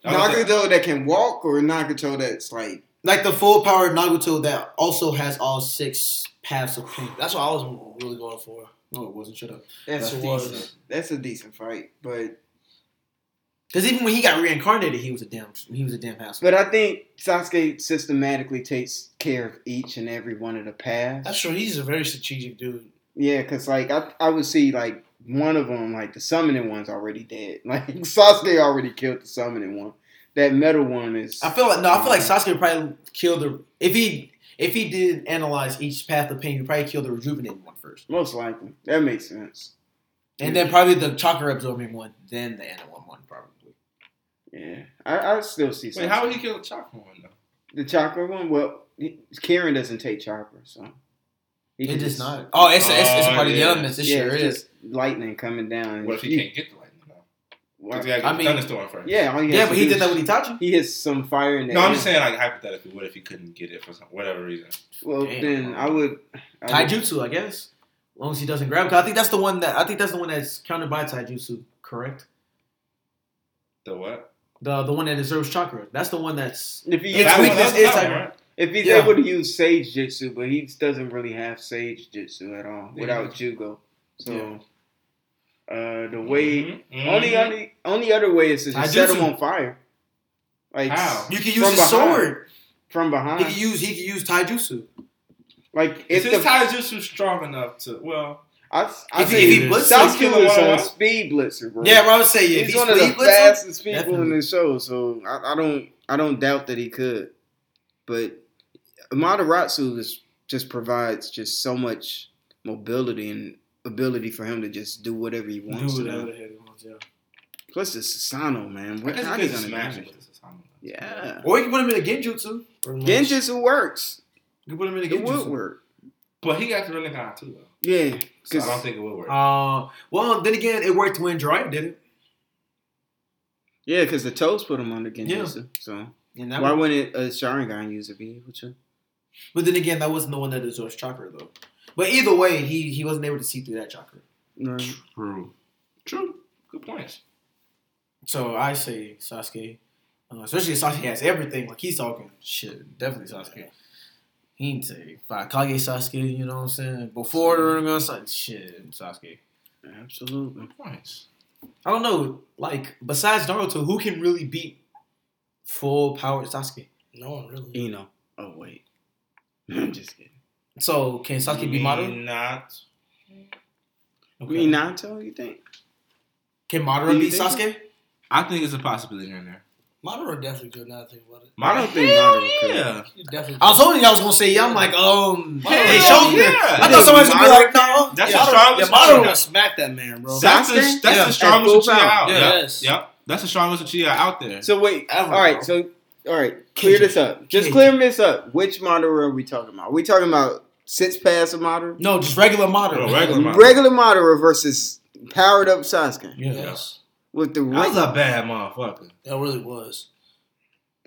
C: Nagato.
B: Nagato that can walk or Nagato that's like
D: Like the full power Nagato that also has all six paths of pain.
A: That's what I was really going for.
D: No, it wasn't. Shut up.
B: that's
A: That's
B: decent.
A: was.
B: That's a decent fight, but
D: Because even when he got reincarnated, he was a damn. He was a damn asshole.
B: but I think Sasuke systematically takes care of each and every one of the paths.
A: That's true. He's a very strategic dude.
B: Yeah, cause like I, I would see like one of them, like the summoning one's already dead. Like Sasuke already killed the summoning one. That metal one is.
D: I feel like no. I feel like Sasuke probably killed the if he if he did analyze each path of pain, he probably killed the rejuvenating one first,
B: most likely that makes sense.
D: and then probably the chakra absorbing one, then the animal one probably.
B: Yeah, I, I still see.
C: Wait,
B: Sasuke.
C: how would he kill the chakra one though?
B: the chakra one? Well, he- Karen doesn't take chakra, so he
D: It
B: can
D: is
B: just-
D: not. Oh, it's it's, it's
C: Oh,
D: part of the
C: yeah.
D: elements. It
B: yeah,
D: sure
B: it's
D: is.
B: just lightning coming down. and
C: What if he
B: you-
C: can't get the lightning though?
B: why-
C: Because he got
D: I
C: to
D: mean-
C: get thunderstorm first.
B: yeah, all he
D: yeah,
B: has
D: but
B: to
D: he
B: do
D: did that
B: is-
D: with Itachi.
B: He hits some fire in the
C: No, I'm
B: air.
C: just saying like hypothetically, what if he couldn't get it for some whatever reason?
B: Well,
D: Damn.
B: then I would. I would
D: Taijutsu, I guess. As long as he doesn't grab. 'cause I think that's the one that I think that's the one that's countered by Taijutsu. Correct.
C: The what?
D: The the one that deserves chakra. That's the one that's
B: if he
C: The
D: It's
B: gets
C: power-
D: weakness
C: that's the
D: is
C: power,
D: like-
C: right?
B: If he's
D: Yeah.
B: able to use sage jitsu, but he doesn't really have sage jitsu at all
C: Yeah.
B: without Jugo. So uh, the way
D: Mm-hmm.
C: Mhm.
B: only only only other way is to just set
D: Taijutsu.
B: him on fire. Like
C: How?
D: you can
B: From
D: use
B: behind.
D: his sword.
B: from
D: He
B: behind.
D: can use he can use Taijutsu.
B: like
C: Is
B: if the
C: his taijutsu strong enough to? Well,
B: I, I
D: if he-
B: say
D: if he blitzes,
B: Sasuke
C: he's
B: is
C: killing
B: a
C: one.
B: speed blitzer, bro.
D: Yeah, but I would say yeah.
B: He's,
D: if
B: one of the
D: speed blitzing,
B: fastest people in
D: Definitely.
B: the show, so I, I don't I don't doubt that he could. But Madaratsu is just provides just so much mobility and ability for him to just do whatever he wants to do. Plus the Susano, man.
C: I
B: What
C: guess
B: how
C: he
B: does
C: could
B: that
C: smash
B: matter?
C: it with his Susanoo.
B: Yeah.
D: Or you can put him in a Genjutsu.
B: Genjutsu works.
D: You can put him in a
B: It would
D: Genjutsu.
B: work.
C: But he got the Rinnegan too, though.
B: Yeah.
C: So I
B: 'cause-
C: don't think it would work.
D: Uh, well, then again, it worked when Jiraiya did it.
B: yeah, because the toes put him under Genjutsu. So
D: And that
B: why
D: worked.
B: wouldn't a Sharingan user be able to?
D: But then again, that wasn't the one that deserves chakra though. But either way, he he wasn't able to see through that chakra.
B: Right.
C: True. True. Good points.
D: So I say Sasuke, uh, especially if Sasuke has everything like he's talking. Shit, definitely Sasuke. He can say by Kage Sasuke, you know what I'm saying? Before the Rinnegan, Sa- shit, Sasuke.
B: Absolutely.
C: Good points.
D: I don't know, like besides Naruto, who can really beat full power Sasuke?
A: No one really.
B: Eno. Oh wait. I'm just kidding.
D: So can Sasuke be
C: Me
D: Madara?
C: Not.
D: Okay.
B: Minato, you think?
D: Can
B: Do
D: Madara
B: you
D: beat
B: think-
D: Sasuke?
C: I think it's a possibility in there.
A: Madara definitely could. Now that I think about it,
B: I don't think Madara
C: Hell
B: could.
C: Yeah.
A: he definitely.
D: I was hoping y'all was gonna say yeah. I'm like, um, they
C: Hell
D: showed me.
C: yeah.
D: I thought somebody was gonna be like, uh, no.
C: That's
A: yeah,
C: the strongest.
A: Yeah, Madara
C: one.
A: would have smacked that man, bro.
C: That's the,
B: Sasuke?
C: that's the
B: At full
C: strongest Uchiha
B: power.
C: out.
A: Yes.
C: Yep. yep. That's the strongest Uchiha out there.
B: So wait, all
A: Ever.
B: right, so all right, clear this up. Just
D: Kid.
B: clear this up. Which Madara are we talking about? Are we talking about six pass of Madara?
D: No, just regular Madara.
C: Oh, regular Madara.
B: Regular Madara versus powered up Sasuke
D: Yeah.
A: Yes,
B: with the
C: That was
B: ring.
C: a bad motherfucker.
A: that really was.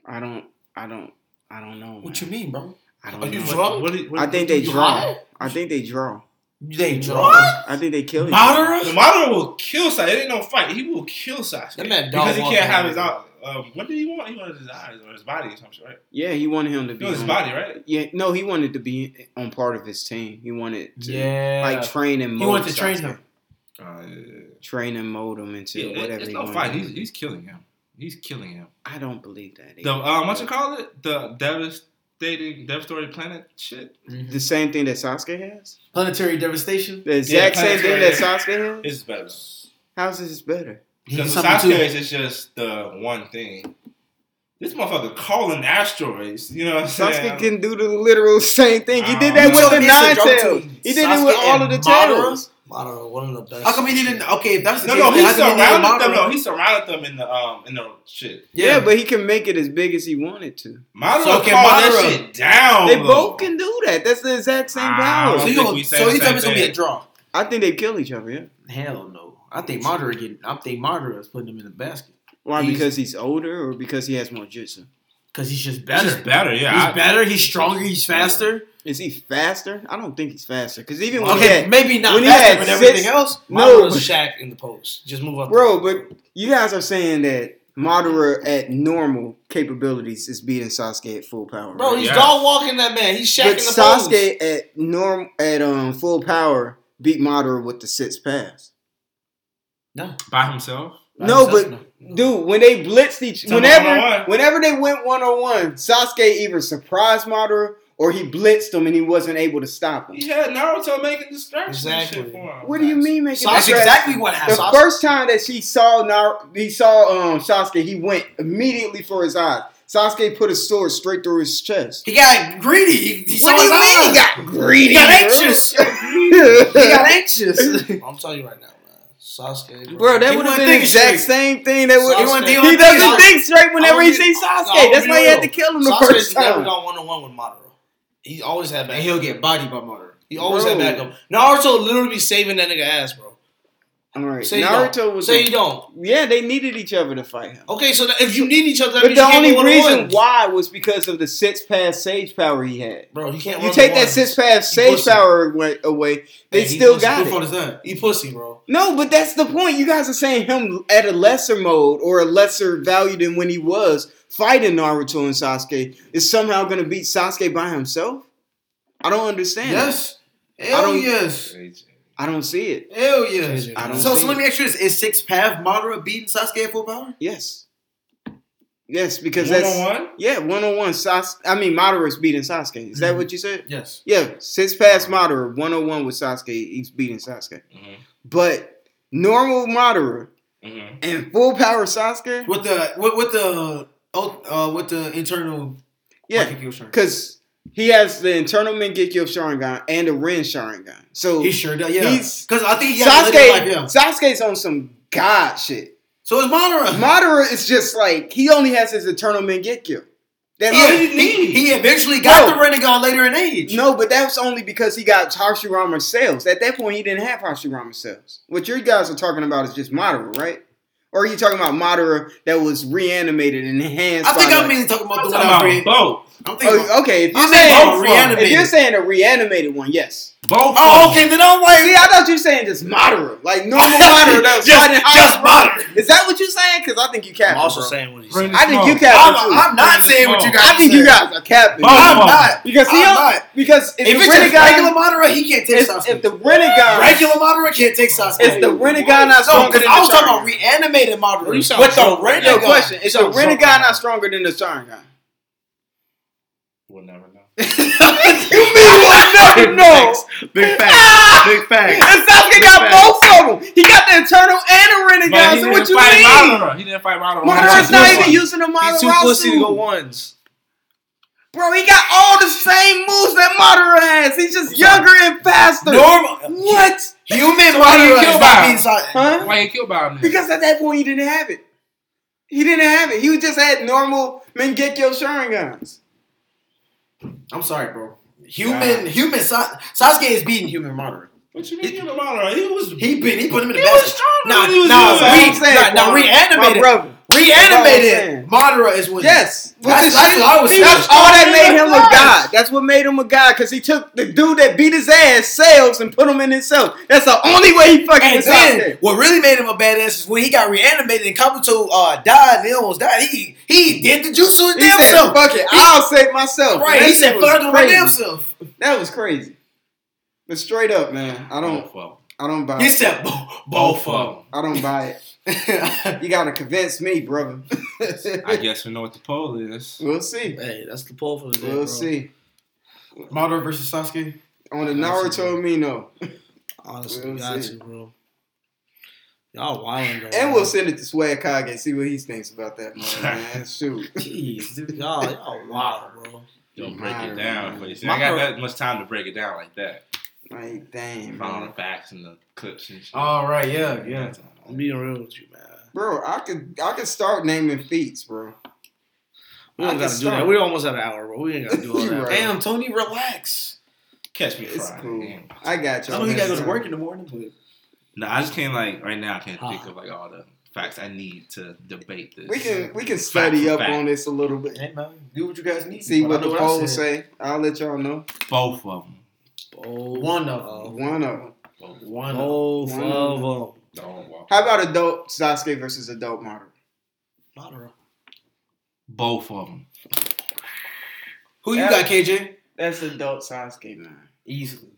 B: I don't, I don't, I don't know.
D: What
B: man.
D: you mean, bro?
B: I
A: Are
B: don't
A: you
B: know.
A: drunk?
C: What, did- what,
B: I think they
C: what-
B: draw. I think they draw.
D: They
A: What?
B: I think they kill each other.
C: The
D: Madara?
C: Madara will kill Sasuke. It ain't no fight. He will kill Sasuke.
A: That man dog
C: because he
A: walking
C: can't have
A: around.
C: his out. Um, what did he want? He wanted his eyes or his body or something, right?
B: Yeah, he wanted him to
C: He
A: Mm-hmm.
B: be.
C: wanted his
B: on-
C: body, right?
B: Yeah, no, he wanted to be on part of his team. He wanted to
D: Yeah.
B: like train and
D: he
B: mold.
D: wanted to train
B: Sasuke.
D: him.
C: Uh,
B: Train and mold him into
C: yeah,
B: whatever.
C: it's
B: he
C: no
B: wanted
C: fight.
B: him
C: He's,
B: to be.
C: he's killing him. He's killing him.
B: I don't believe that.
C: The um, what you call it? The devastating, devastating planet shit.
D: Mm-hmm.
B: The same thing that Sasuke has?
D: Planetary devastation.
B: The exact same thing that
C: planetary-
B: Sasuke has?
C: It's better.
B: How's this better?
C: Because
D: He's something
C: Sasuke
D: too.
C: is just the one thing. This motherfucker calling asteroids. You know what I'm
B: Sasuke
C: saying?
B: can do the literal same thing. He did
C: I
B: that with
C: don't
D: know.
B: the
D: It's a
B: nine
D: joke
B: tails.
D: team.
B: He did it with
D: Sasuke
B: all of
D: and
B: the
D: Madara?
B: tails.
A: I don't know. One of the best.
D: How come he didn't? Okay, if that's the
C: No,
D: case,
C: no,
D: then
C: he
D: how come he didn't
C: surrounded them.
D: moderate?
C: No, he surrounded them in the um in the shit.
B: Yeah, but he can make it as big as he wanted to.
C: Madara
D: So
C: called
D: can
C: that
D: Madara-
C: shit down.
B: They
C: though.
B: both can do that. That's the exact same
C: Wow.
B: power.
D: So
C: I
D: you
C: don't
D: gonna-
C: think we say
D: so
C: the
D: you tell
C: same
D: me it's gonna be
C: thing.
D: a draw?
B: I think they kill each other. Yeah.
D: Hell no. I think Madara getting. I think Madara is putting him in the basket
B: Why?
D: He's-
B: because he's older, or because he has more jutsu?
D: because he's just better.
C: That's
D: He's,
C: just better. Yeah, I-
D: better. He's stronger. He's faster.
B: Is he faster? I don't think he's faster. Because even when he
D: Okay,
B: had,
D: maybe not
B: when he
D: faster
B: had
D: than everything
B: six-
D: else.
B: no,
A: Madara's Shaq in the post. Just move up.
B: bro, but you guys are saying that Madara at normal capabilities is beating Sasuke at full power.
A: bro,
B: right?
A: he's
C: Yeah.
A: dog walking that man. He's Shaq in
B: but
A: the post.
B: Sasuke at norm at um full power beat Madara with the six pass.
C: by himself.
B: No, but dude, when they blitzed each,
C: Tell me
B: whenever
C: one-on-one.
B: whenever they went one on one, Sasuke either surprised Madara or he blitzed him and he wasn't able to stop him.
C: He had Naruto making distractions and
A: Exactly.
C: shit for him.
B: What do you mean making
A: Sasuke-
D: that's
B: distractions?
D: exactly what
B: The
D: happened.
B: first time that she saw Nar- he saw um Sasuke, he went immediately for his eyes. Sasuke put a sword straight through his chest.
D: he got greedy. He, he saw
B: What do you
D: his
B: mean
D: eyes.
B: he got greedy?
D: He got
B: bro?
D: anxious. he got anxious.
A: I'm telling you right now, man. Sasuke, bro.
B: Bro, that
D: He
B: would have
D: wasn't
B: been the
D: thinking
B: exact
D: straight.
B: same thing. That would
A: Sasuke- He
B: he
A: wasn't
B: doesn't
A: thinking-
B: think straight whenever he
A: I'll
B: sees
A: be- I'll
B: Sasuke.
A: be
B: That's why he had to
A: real.
B: kill him the
A: Sasuke's
B: first
A: never
B: time.
A: gone one on one with Madara. He always had
D: and
A: backup.
D: he'll get bodied by Madara.
A: He always had
B: Bro.
A: backup. Naruto literally be saving that nigga ass, bro.
B: All right,
A: Say you
B: Naruto
A: don't.
B: was.
A: Say
B: the-
A: you don't.
B: yeah, they needed each other to fight him.
A: Okay, so that- if you need each other, that
B: But
A: means
B: the
A: you can't
B: only
A: go
B: reason
A: one-on-ones.
B: why was because of the six pass sage power he had.
A: bro, you can't.
B: You
A: run
B: take that
A: one-on-ones.
B: six pass
A: He
B: sage
A: pussy.
B: power away, away they
D: And he
B: still
D: was-
B: got
D: Who
B: it.
D: fault is that?
A: You pussy, bro.
B: No, but that's the point. You guys are saying him at a lesser mode or a lesser value than when he was fighting Naruto and Sasuke is somehow going to beat Sasuke by himself. I don't understand. that.
D: Yes. Hell
B: don't-
D: yes.
B: I don't see it.
D: Hell yes.
A: I
B: don't
D: so
B: see
D: so let me ask you this: Is six path Madara beating Sasuke at full power?
B: Yes, yes, because
C: One
B: that's
C: on one.
B: yeah, one on one. Sas, I mean, Madara's beating Sasuke. Is that
D: Mhm.
B: what you said?
D: Yes.
B: Yeah, six pass Madara, one on one with Sasuke. He's beating Sasuke,
D: Mm-hmm.
C: Mhm.
B: but normal Madara
C: Mhm.
B: and full power Sasuke.
D: With the with, with the uh, uh, with the internal
B: Yeah,
D: Raikiki Sharingan.
B: Because he has the internal Mengekyo Sharingan and the Ren Sharingan. So
D: He sure does. Yeah.
B: He's-
D: Because I think he has
B: Sasuke,
D: Like, yeah.
B: Sasuke's on some god shit.
D: So it's Madara.
B: Madara is just like, he only has his internal Mengekyo. That's
D: Yeah,
B: all he
D: he,
B: needs.
D: he eventually got
B: Bro.
D: the Renegon later in age.
B: No, but that was only because he got Hashirama cells. At that point, he didn't have Hashirama cells. What you guys are talking about is just Madara, right? Or are you talking about Madara that was reanimated and enhanced?
D: I think
B: by
D: I'm
B: the-
D: mainly talking about
C: I'm
D: the one I
C: talking
D: read.
C: about
D: I'm thinking about.
B: Oh, okay, if you're,
D: I'm
B: saying,
D: saying
C: both
B: if
D: reanimated.
B: you're saying a reanimated one, yes.
C: both. Both.
D: oh, okay. Then I'm like,
B: See, I thought you were saying just moderate, like normal moderate. That was
D: Just-
B: fighting high
D: just
B: level. Is that what you're saying? Because I think you
A: I'm
B: capping.
A: also
B: bro.
A: saying what he's
C: Bring
A: saying.
B: I
C: the
B: think
C: smoke.
B: you capping too.
D: I'm, I'm not saying what you guys.
B: I think you guys are capping
C: Both
D: I'm
C: of them.
D: not.
B: because he
D: I'm
B: don't-
D: not.
B: because if, the
D: If it's just regular
B: renegade,
D: Madara, he can't take
B: if, if
D: Sasuke.
B: the renegade,
D: Regular Madara can't take Sasuke.
B: if the renegade not
D: no,
B: stronger
D: because
B: than
D: I was
B: the
D: talking about
B: Sharingan.
D: reanimated Madara.
A: Bro, you
D: With
A: sound
D: the
A: drunk right
B: Yo,
D: Renegon.
B: question: Is the
A: Sounds
B: renegade
A: wrong.
B: not stronger than the Sharingan?
C: We'll never know.
B: You mean what? No, no.
F: Big
B: Ah!
F: facts. Big facts.
B: And Sasuke got both of them. He got the internal and the
C: But he
B: renegade. So
C: didn't
B: what you
C: fight
B: mean?
C: Madara. He didn't fight Madara.
B: Madara's not even
C: Madara.
B: using the Madara.
A: He's too pussy to go ones.
B: Bro, he got all the same moves that Madara has. He's just younger and faster.
D: Normal
B: What?
D: human
C: why you
D: Madara
C: kill
D: is not
C: him?
D: being Sasuke.
B: Huh?
C: Why you killed by him? then?
B: Because at that point he didn't have it. He didn't have it. He just had normal Mengekyo Sharingans.
D: I'm sorry, bro.
C: Yeah.
D: Human, human Sa- Sasuke is beating human Madara.
C: What you mean you killed Madara? He was.
D: He been, he put him in the
C: He
D: basket.
C: was stronger
D: Nah,
C: than he was
D: nah,
C: using.
D: we-
C: That's what I'm
D: nah, nah, reanimated.
B: brother.
D: Reanimated.
B: That's
D: Madara is winning.
B: Yes. With
D: That's-
B: the
D: that's
B: shit-
D: what I was saying.
B: That's all that made him a
D: Yes.
B: god. That's what made him a god because he took the dude that beat his ass selves and put him in himself. That's the only way he fucking
D: And
B: is out
D: then
B: there.
D: what really made him a badass is when he got reanimated and Kabuto uh, died. and He almost died. He he did the jutsu and
B: He
D: damn
B: said,
D: self.
B: "Fuck it, I'll save myself."
D: Right.
B: That
D: He
B: shit
D: said,
B: was
D: "Fuck him
B: crazy.
D: damn self."
B: That was crazy. But straight up, man, I don't,
C: Both of them.
B: I don't buy.
D: He
B: It.
D: said,
C: Both of
B: I don't buy it.
D: "Both."
B: You gotta convince me, brother.
C: them. I guess we know what the poll is.
B: we'll see.
A: Hey, that's the poll for the day,
B: We'll
A: bro.
B: see.
D: Madara versus Sasuke.
B: On the
A: We'll see.
B: Naruto Amino,
A: Honestly,
B: We'll
A: got
B: see.
A: to, bro. Y'all wilding though.
B: and
A: man.
B: we'll send it to Swag Kage and see what he thinks about that. Moment, man, shoot.
A: Jeez, dude, y'all, y'all wild, bro.
C: Don't break
B: Madara,
C: it down,
B: man.
C: please. I got
D: Madara-
C: that much time to break it down like that.
B: Like, damn,
C: Found all
B: man.
C: the facts and the clips and shit.
D: All right, yeah, yeah.
A: I'm being real with you, man.
B: bro. I could I could start naming feats, bro.
A: We
B: I
A: don't
B: can
A: gotta do
B: start.
A: that. We almost at an hour, bro. We ain't gotta do all that.
B: Right.
D: Damn, Tony, relax.
C: Catch me
B: It's
C: Friday.
B: cool.
C: damn.
B: I got
D: I
B: you.
D: know you gotta go to work in the morning, but
C: No, I just can't like right now. I can't
D: Ah.
C: think of like all the facts I need to debate this.
B: We can we can study
C: for
B: up
C: fact.
B: on this a little bit.
D: hey, man, do what you guys need.
B: See
D: But I
B: what
D: know
B: the
D: I
B: polls
D: said.
B: say. I'll let y'all know.
C: both of them.
A: Both
D: One of them.
B: One of them.
D: One. of
A: Both
B: One.
A: of them.
C: Don't walk.
B: How about adult Sasuke versus adult model?
A: Moderate.
C: Both of them.
D: Who you got, KJ?
B: That's adult Sasuke, man.
D: Easily.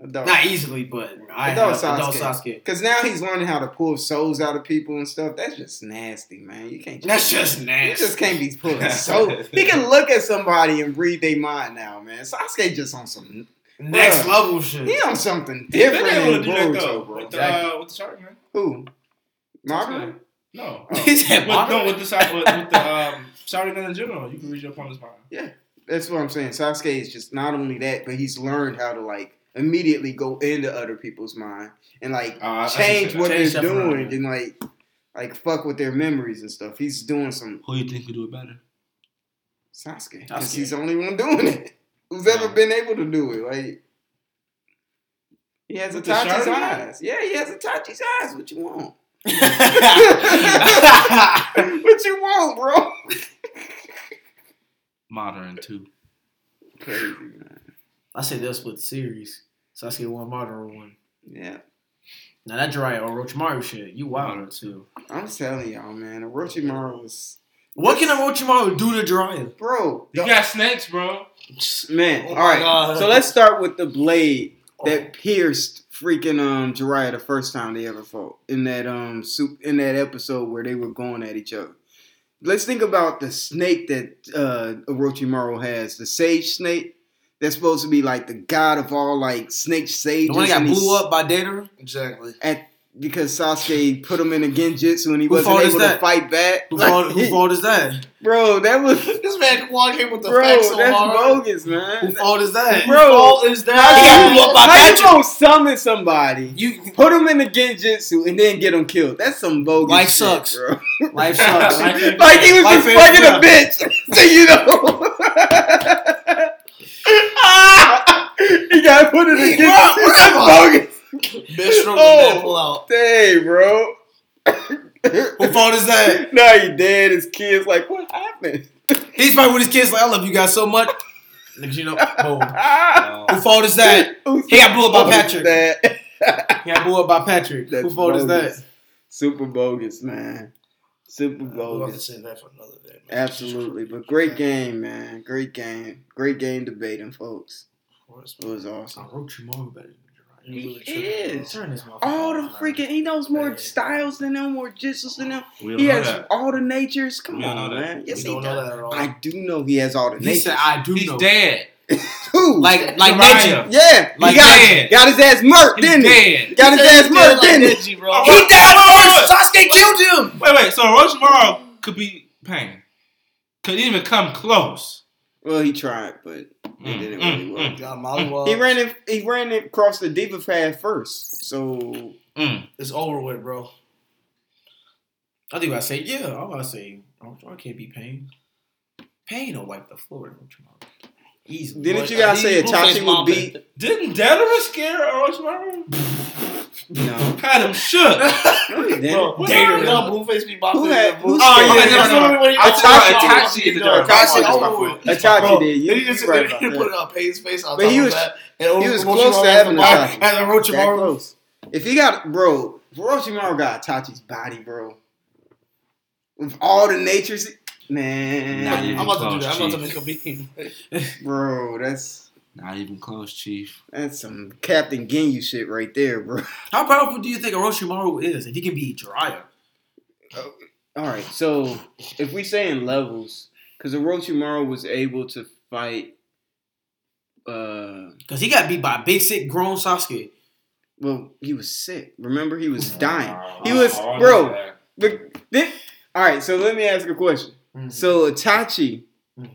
B: Adult.
D: Not easily, but I
B: Adult
D: adult Sasuke. Adult
B: Sasuke.
D: Sasuke.
B: Cause now he's learning how to pull souls out of people and stuff. That's just nasty, man. You can't.
D: That's just nasty.
B: You just can't be pulling so he can look at somebody and read their mind now, man. Sasuke just on some
D: Next
B: Bruh.
D: level shit.
B: he on something different than Boruto, bro.
C: With the, uh, with the shark man.
B: Who? Margaret?
C: No.
D: He said
C: With, no,
D: moderate.
C: with the shark with, with the um, shark man in general. You can read your opponent's mind.
B: That's what I'm saying. Sasuke is just not only that, but he's learned how to like immediately go into other people's mind and like
C: Uh, I- I
B: change
C: should say
B: what
C: that.
D: Change
B: they're
D: stuff around,
B: doing
D: yeah.
B: and like like fuck with their memories and stuff. He's doing some
C: Who you think could do it better?
B: Sasuke because
D: Sasuke.
B: he's the only one doing it. Who's ever been able to do it? Like he has
C: With the
B: Itachi's
C: Sharingan?
B: eyes. Yeah, he has Itachi's eyes. What you want?
D: I
B: what you want, bro?
C: Modern too.
B: Crazy man.
D: said they'll split the series. Sasuke one, Madara one.
B: Yeah,
D: Now that Jiraiya Orochimaru shit, you wilder too.
B: I'm telling y'all, man. Orochimaru was
D: What can Orochimaru do to Jiraiya?
B: bro.
C: You got snakes, bro.
B: Man,
A: Oh
B: all
A: my
B: right.
A: God.
B: So let's start with the blade that pierced freaking um Jiraiya the first time they ever fought in that um soup in that episode where they were going at each other. Let's think about the snake that uh Orochimaru has, the sage snake. That's supposed to be like the god of all like snake sages.
D: The one that got
B: and he's-
D: blew up by Datara?
E: Exactly.
B: because Sasuke put him in a genjutsu and he wasn't
D: fault is
B: able to
D: that?
B: fight back.
D: Who
B: Like,
D: fault, who fault is that?
B: bro, that was
E: This man walked in with the
B: bro,
E: facts so
B: that's
E: hard.
B: bogus,
D: Who
B: man.
D: fault is that?
B: Bro,
E: is
B: How you-
E: blew up by
B: how you
E: Badger.
B: gonna summon somebody,
D: You
B: put them in the genjutsu, and then get them killed? That's some bogus.
D: Life
B: shit,
D: sucks.
B: bro.
D: life sucks.
C: Life ain't
B: like he was
D: Life
B: just
D: ain't
B: fucking a
D: fair.
B: bitch, so you know. Ah! he got put in the
E: Bro,
B: genjutsu. That's bogus.
E: Bitch from
B: Oh.
E: the man pull out.
B: Dang, bro.
D: Who fault is that?
B: now he dead. His kids like, what happened?
D: He's probably with his kids like, I love you guys so much. Niggas, you know, boom.
B: Ah!
D: Who fault is that?
B: Who's
D: He got blew up by
B: bogus
D: Patrick.
B: That?
D: He got blew up by Patrick.
B: That's
D: Who fault is
B: bogus.
D: that?
B: Super bogus, man. Super
A: We'll have to
B: bogus.
A: save that for another day. Man.
B: Absolutely. But great game, man. Great game. Great game debating, folks. It was awesome.
D: Orochimaru better than Jiraiya.
A: He
B: is.
D: Turn this motherfucker
B: All the
D: off, man.
B: freaking he knows more
A: Man.
B: styles than them, more jutsus than them.
C: We don't
B: He
C: know
B: has
C: that.
B: all the natures. Come
C: You don't
B: on,
C: know that.
B: man. Yes,
D: You
B: he
D: don't know
B: does.
D: that at all.
B: I do know he has all the
D: he
B: natures.
D: said, I do
C: He's
D: know.
C: dead.
B: Who?
D: Like, like
C: Jiraiya.
D: Neji.
B: yeah,
D: Like,
B: he got,
C: dead.
B: got his ass murked,
C: He's
B: didn't he?
C: dead.
B: Got his ass murked, didn't he?
A: Neji, bro.
C: He died
D: Oh,
C: first.
D: Sasuke killed him.
C: Wait, wait. So Orochimaru could be pain. Could even come close.
B: Well, he tried, but it
C: Mm,
B: didn't
C: mm,
B: really work.
C: mm.
A: Got Mollywogs.
D: uh,
B: He ran it. He ran it across the diva pad first. So
C: Mm.
A: It's over with, bro.
D: I think I say, yeah. I'm about to say, Orochimaru can't be Pain. Pain will wipe the floor with Orochimaru. Easily.
B: didn't
A: What-
B: you guys say
A: Who faced
B: Itachi would
A: Mamba?
B: beat?
C: Didn't Dederer scare Orochimaru?
B: No.
C: Had him shook.
B: No, he didn't.
A: Bro,
D: What
A: Damn,
D: happened?
A: y'all Blueface be bopping.
B: Who had- who
A: Oh,
B: said-
A: yeah,
C: no, no, no.
A: no, no.
C: I thought Itachi is the Jiraiya.
B: Itachi is my
A: over with.
B: Itachi
A: Bro,
B: did. You,
A: Then he
B: you
A: just
B: right
A: right
B: about
A: put it
B: that.
A: on Payne's face on
B: But
A: top
B: he
A: of
B: was-
A: that. And
B: he
A: Orochimaru
B: was close to
A: had
B: having
A: the
B: a
A: bar-
B: shot.
A: had the
B: That
A: Orochimaru.
B: close. If he got bro, if Orochimaru got Itachi's body, bro. With all the natures,
C: Nah,
B: man,
C: you-
A: I'm about to do
C: Close,
A: that. I'm about to make a
C: Chief.
A: meme.
B: bro, that's
C: Not even close, Chief.
B: that's some Captain Ginyu shit right there, bro.
D: How powerful do you think Orochimaru is? If he can be Jiraiya.
B: All right, so if we say in levels, because Orochimaru was able to fight, uh,
D: Because he got beat by big, sick, grown Sasuke.
B: well, he was sick. Remember, he was dying. He
C: Oh,
B: was- bro. But then, all right, so let me ask a question.
D: Mm-hmm.
B: So Itachi
D: Mhm.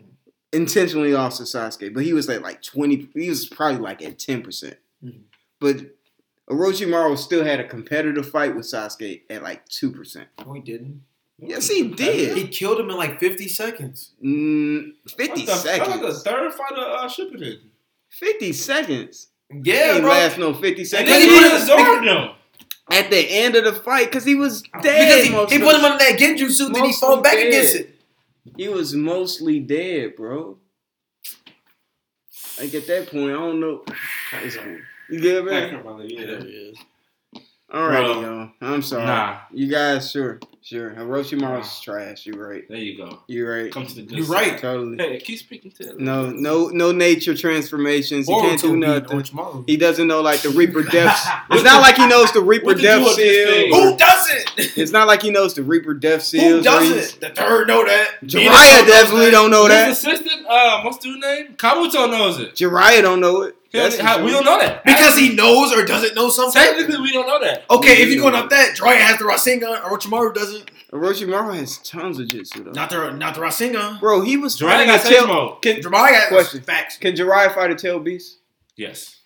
B: intentionally lost to Sasuke, but he was at like twenty. He was probably like at ten percent.
C: Mm-hmm.
D: Mhm.
B: But Orochimaru still had a competitive fight with Sasuke at like two percent.
D: No, he didn't.
B: Yes, he did.
D: He killed him in like 50 seconds.
B: Mm, Fifty
C: What the- that was
B: seconds.
C: the third fight of uh, Shippuden.
B: Fifty seconds.
D: Yeah,
B: he
D: bro.
B: last no fifty
C: And
B: seconds.
C: then he
D: he
C: would
D: was-
C: absorb them.
B: at the end of the fight because he was
D: Because
B: dead.
D: he,
B: mostly.
D: he put him under that genjutsu, then he
B: Mostly
D: fought back
B: dead.
D: against it.
B: He was mostly dead, bro. Like at that point, I don't know. It's cool. You good, man?
A: There
C: Yeah.
A: he is.
B: Alrighty,
C: Bro.
B: y'all. I'm sorry.
C: Nah,
B: You guys, sure, sure. Orochimaru's
C: Nah.
B: trash. You're right.
C: there you go.
B: You're right.
C: Come to the good
D: You're
C: side.
D: right.
B: Totally.
C: Hey, keep speaking to them.
B: No, no, no nature transformations. He can't do nothing.
D: nothing.
B: He doesn't know like the Reaper Death. It's not like he knows the Reaper
C: What to do
B: Death
C: with this thing?
B: Seal.
E: Who doesn't?
B: It's not like he knows the Reaper Death Seal.
E: Who doesn't? The third know that.
B: Jiraiya definitely don't know
C: His
B: that.
C: assistant, uh, what's the dude's name? Kabuto knows it.
B: Jiraiya don't know it.
C: He
B: That's
C: don't- how-
B: for
C: we
B: sure.
C: don't know that.
E: Because he knows or doesn't know something.
C: Technically, we don't know that.
E: Okay, if you're going up that, Jiraiya has the Rasengan. Orochimaru doesn't.
B: Orochimaru has tons of jutsu though.
E: Not the not the Rasengan.
B: Bro, he was
C: Jiraiya
B: fighting
C: got
B: a tail-
C: Sage Mode.
B: Can,
E: Jiraiya has
B: Question.
E: facts.
B: can Jiraiya fight a tail beast?
C: Yes.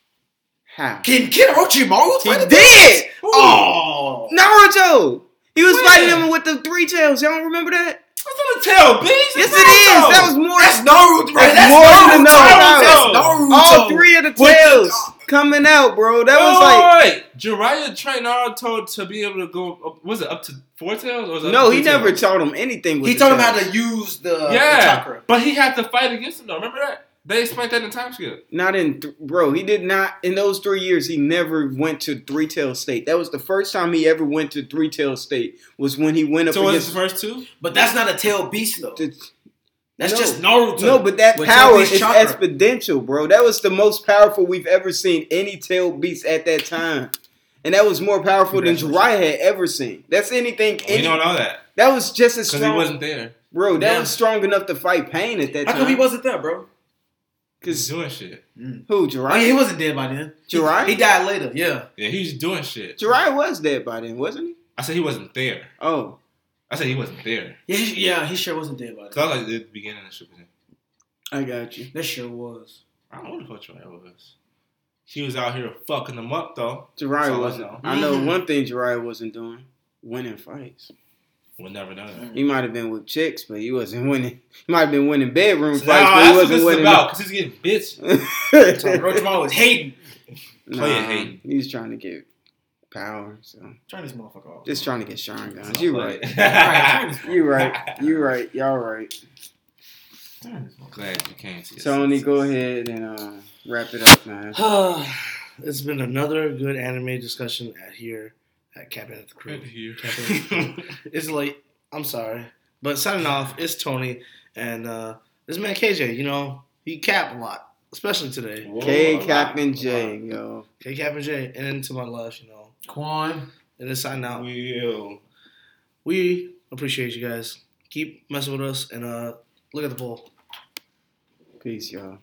B: How?
E: Can can Orochimaru
B: He
E: fight a-
B: did.
E: Oh.
B: Naruto. He was
C: When?
B: fighting him with the three tails. Y'all don't remember that?
C: That's not a tail, bitch.
B: Yes, it is. That was more.
E: That's Naruto, bro.
B: That's
E: That's
B: more
E: Naruto.
B: than
E: That's
C: Naruto.
E: Naruto.
B: all three of the
E: What
B: tails
E: the-
B: coming out, bro. That
C: Oh!
B: was like.
C: Jiraiya trained Naruto to be able to go. Up, was it up to four tails? Or was it up
B: No,
C: to
B: he
C: two
B: never
C: tails?
B: taught him anything. With
E: He
B: the
E: told him how
B: tails.
E: to use the, the
C: Yeah,
E: chakra.
C: but he had to fight against him though. Remember that? They explained that in time skip.
B: Not in, th- bro. He did not in those three years. He never went to three tail state. That was the first time he ever went to three tail state. Was when he went up
C: So was
B: against
C: his first two?
E: But that's not a tail beast though.
B: the-
E: That's
B: No.
E: just Naruto.
B: no, but that
E: With
B: power
E: Tailbeast
B: is
E: chakra.
B: exponential, bro. That was the most powerful we've ever seen any tail beast at that time, and that was more powerful than Jiraiya had ever seen. That's anything.
C: We
B: Any,
C: don't know that
B: that was just as
C: because he
B: strong,
C: wasn't there.
B: bro. That
E: Yeah.
B: was strong enough to fight Pain at that
E: How come he
B: time.
E: wasn't there, bro?
B: Because
C: He's doing shit.
B: who
E: I mean, Oh, he
B: Jiraiya?
E: wasn't dead by then. He-
B: Jiraiya?
E: He died later. Yeah.
C: Yeah, he was doing shit.
B: Jiraiya was dead by then, wasn't he?
C: I said he wasn't there.
B: Oh,
C: I said he wasn't there.
E: Yeah, he, yeah, he sure wasn't dead by then.
C: Cause I was like at the beginning of Shippuden.
B: I got you.
E: That sure was.
C: I don't know what the fuck Jiraiya was. He was out here fucking them up though. That's all
B: Jiraiya
C: I
B: wasn't.
C: know.
B: I know
E: Mhm.
B: one thing Jiraiya wasn't doing: winning fights.
C: We'll never know that.
B: He might have been with chicks, but he wasn't winning. He might have been winning bedroom
C: So
B: fights,
C: now
B: but he
C: that's what this
B: wasn't
C: is
B: winning.
C: about. Cause he's getting bitched.
E: So Orochimaru was hating.
C: Play it, Hayden.
B: he's trying to get power. So
E: Turn this motherfucker off.
B: just trying to get Sean guns. You
E: Alright,
B: right.
E: turn this-
B: You right. You right. Y'all right.
E: turn this motherfucker
C: Glad you came to.
B: Tony, go ahead and uh, wrap it up, man.
A: it's been another good anime discussion at here at Captain at the Crew. It's late. I'm sorry. But signing off, it's Tony and uh, this man KJ, you know, he cap a lot, especially today.
B: K Captain J, yo.
A: K Cap and J. And then to my left, you know.
D: Quan.
A: And it's signing out.
C: Will.
A: We appreciate you guys. Keep messing with us and uh look at the poll.
B: Peace, y'all.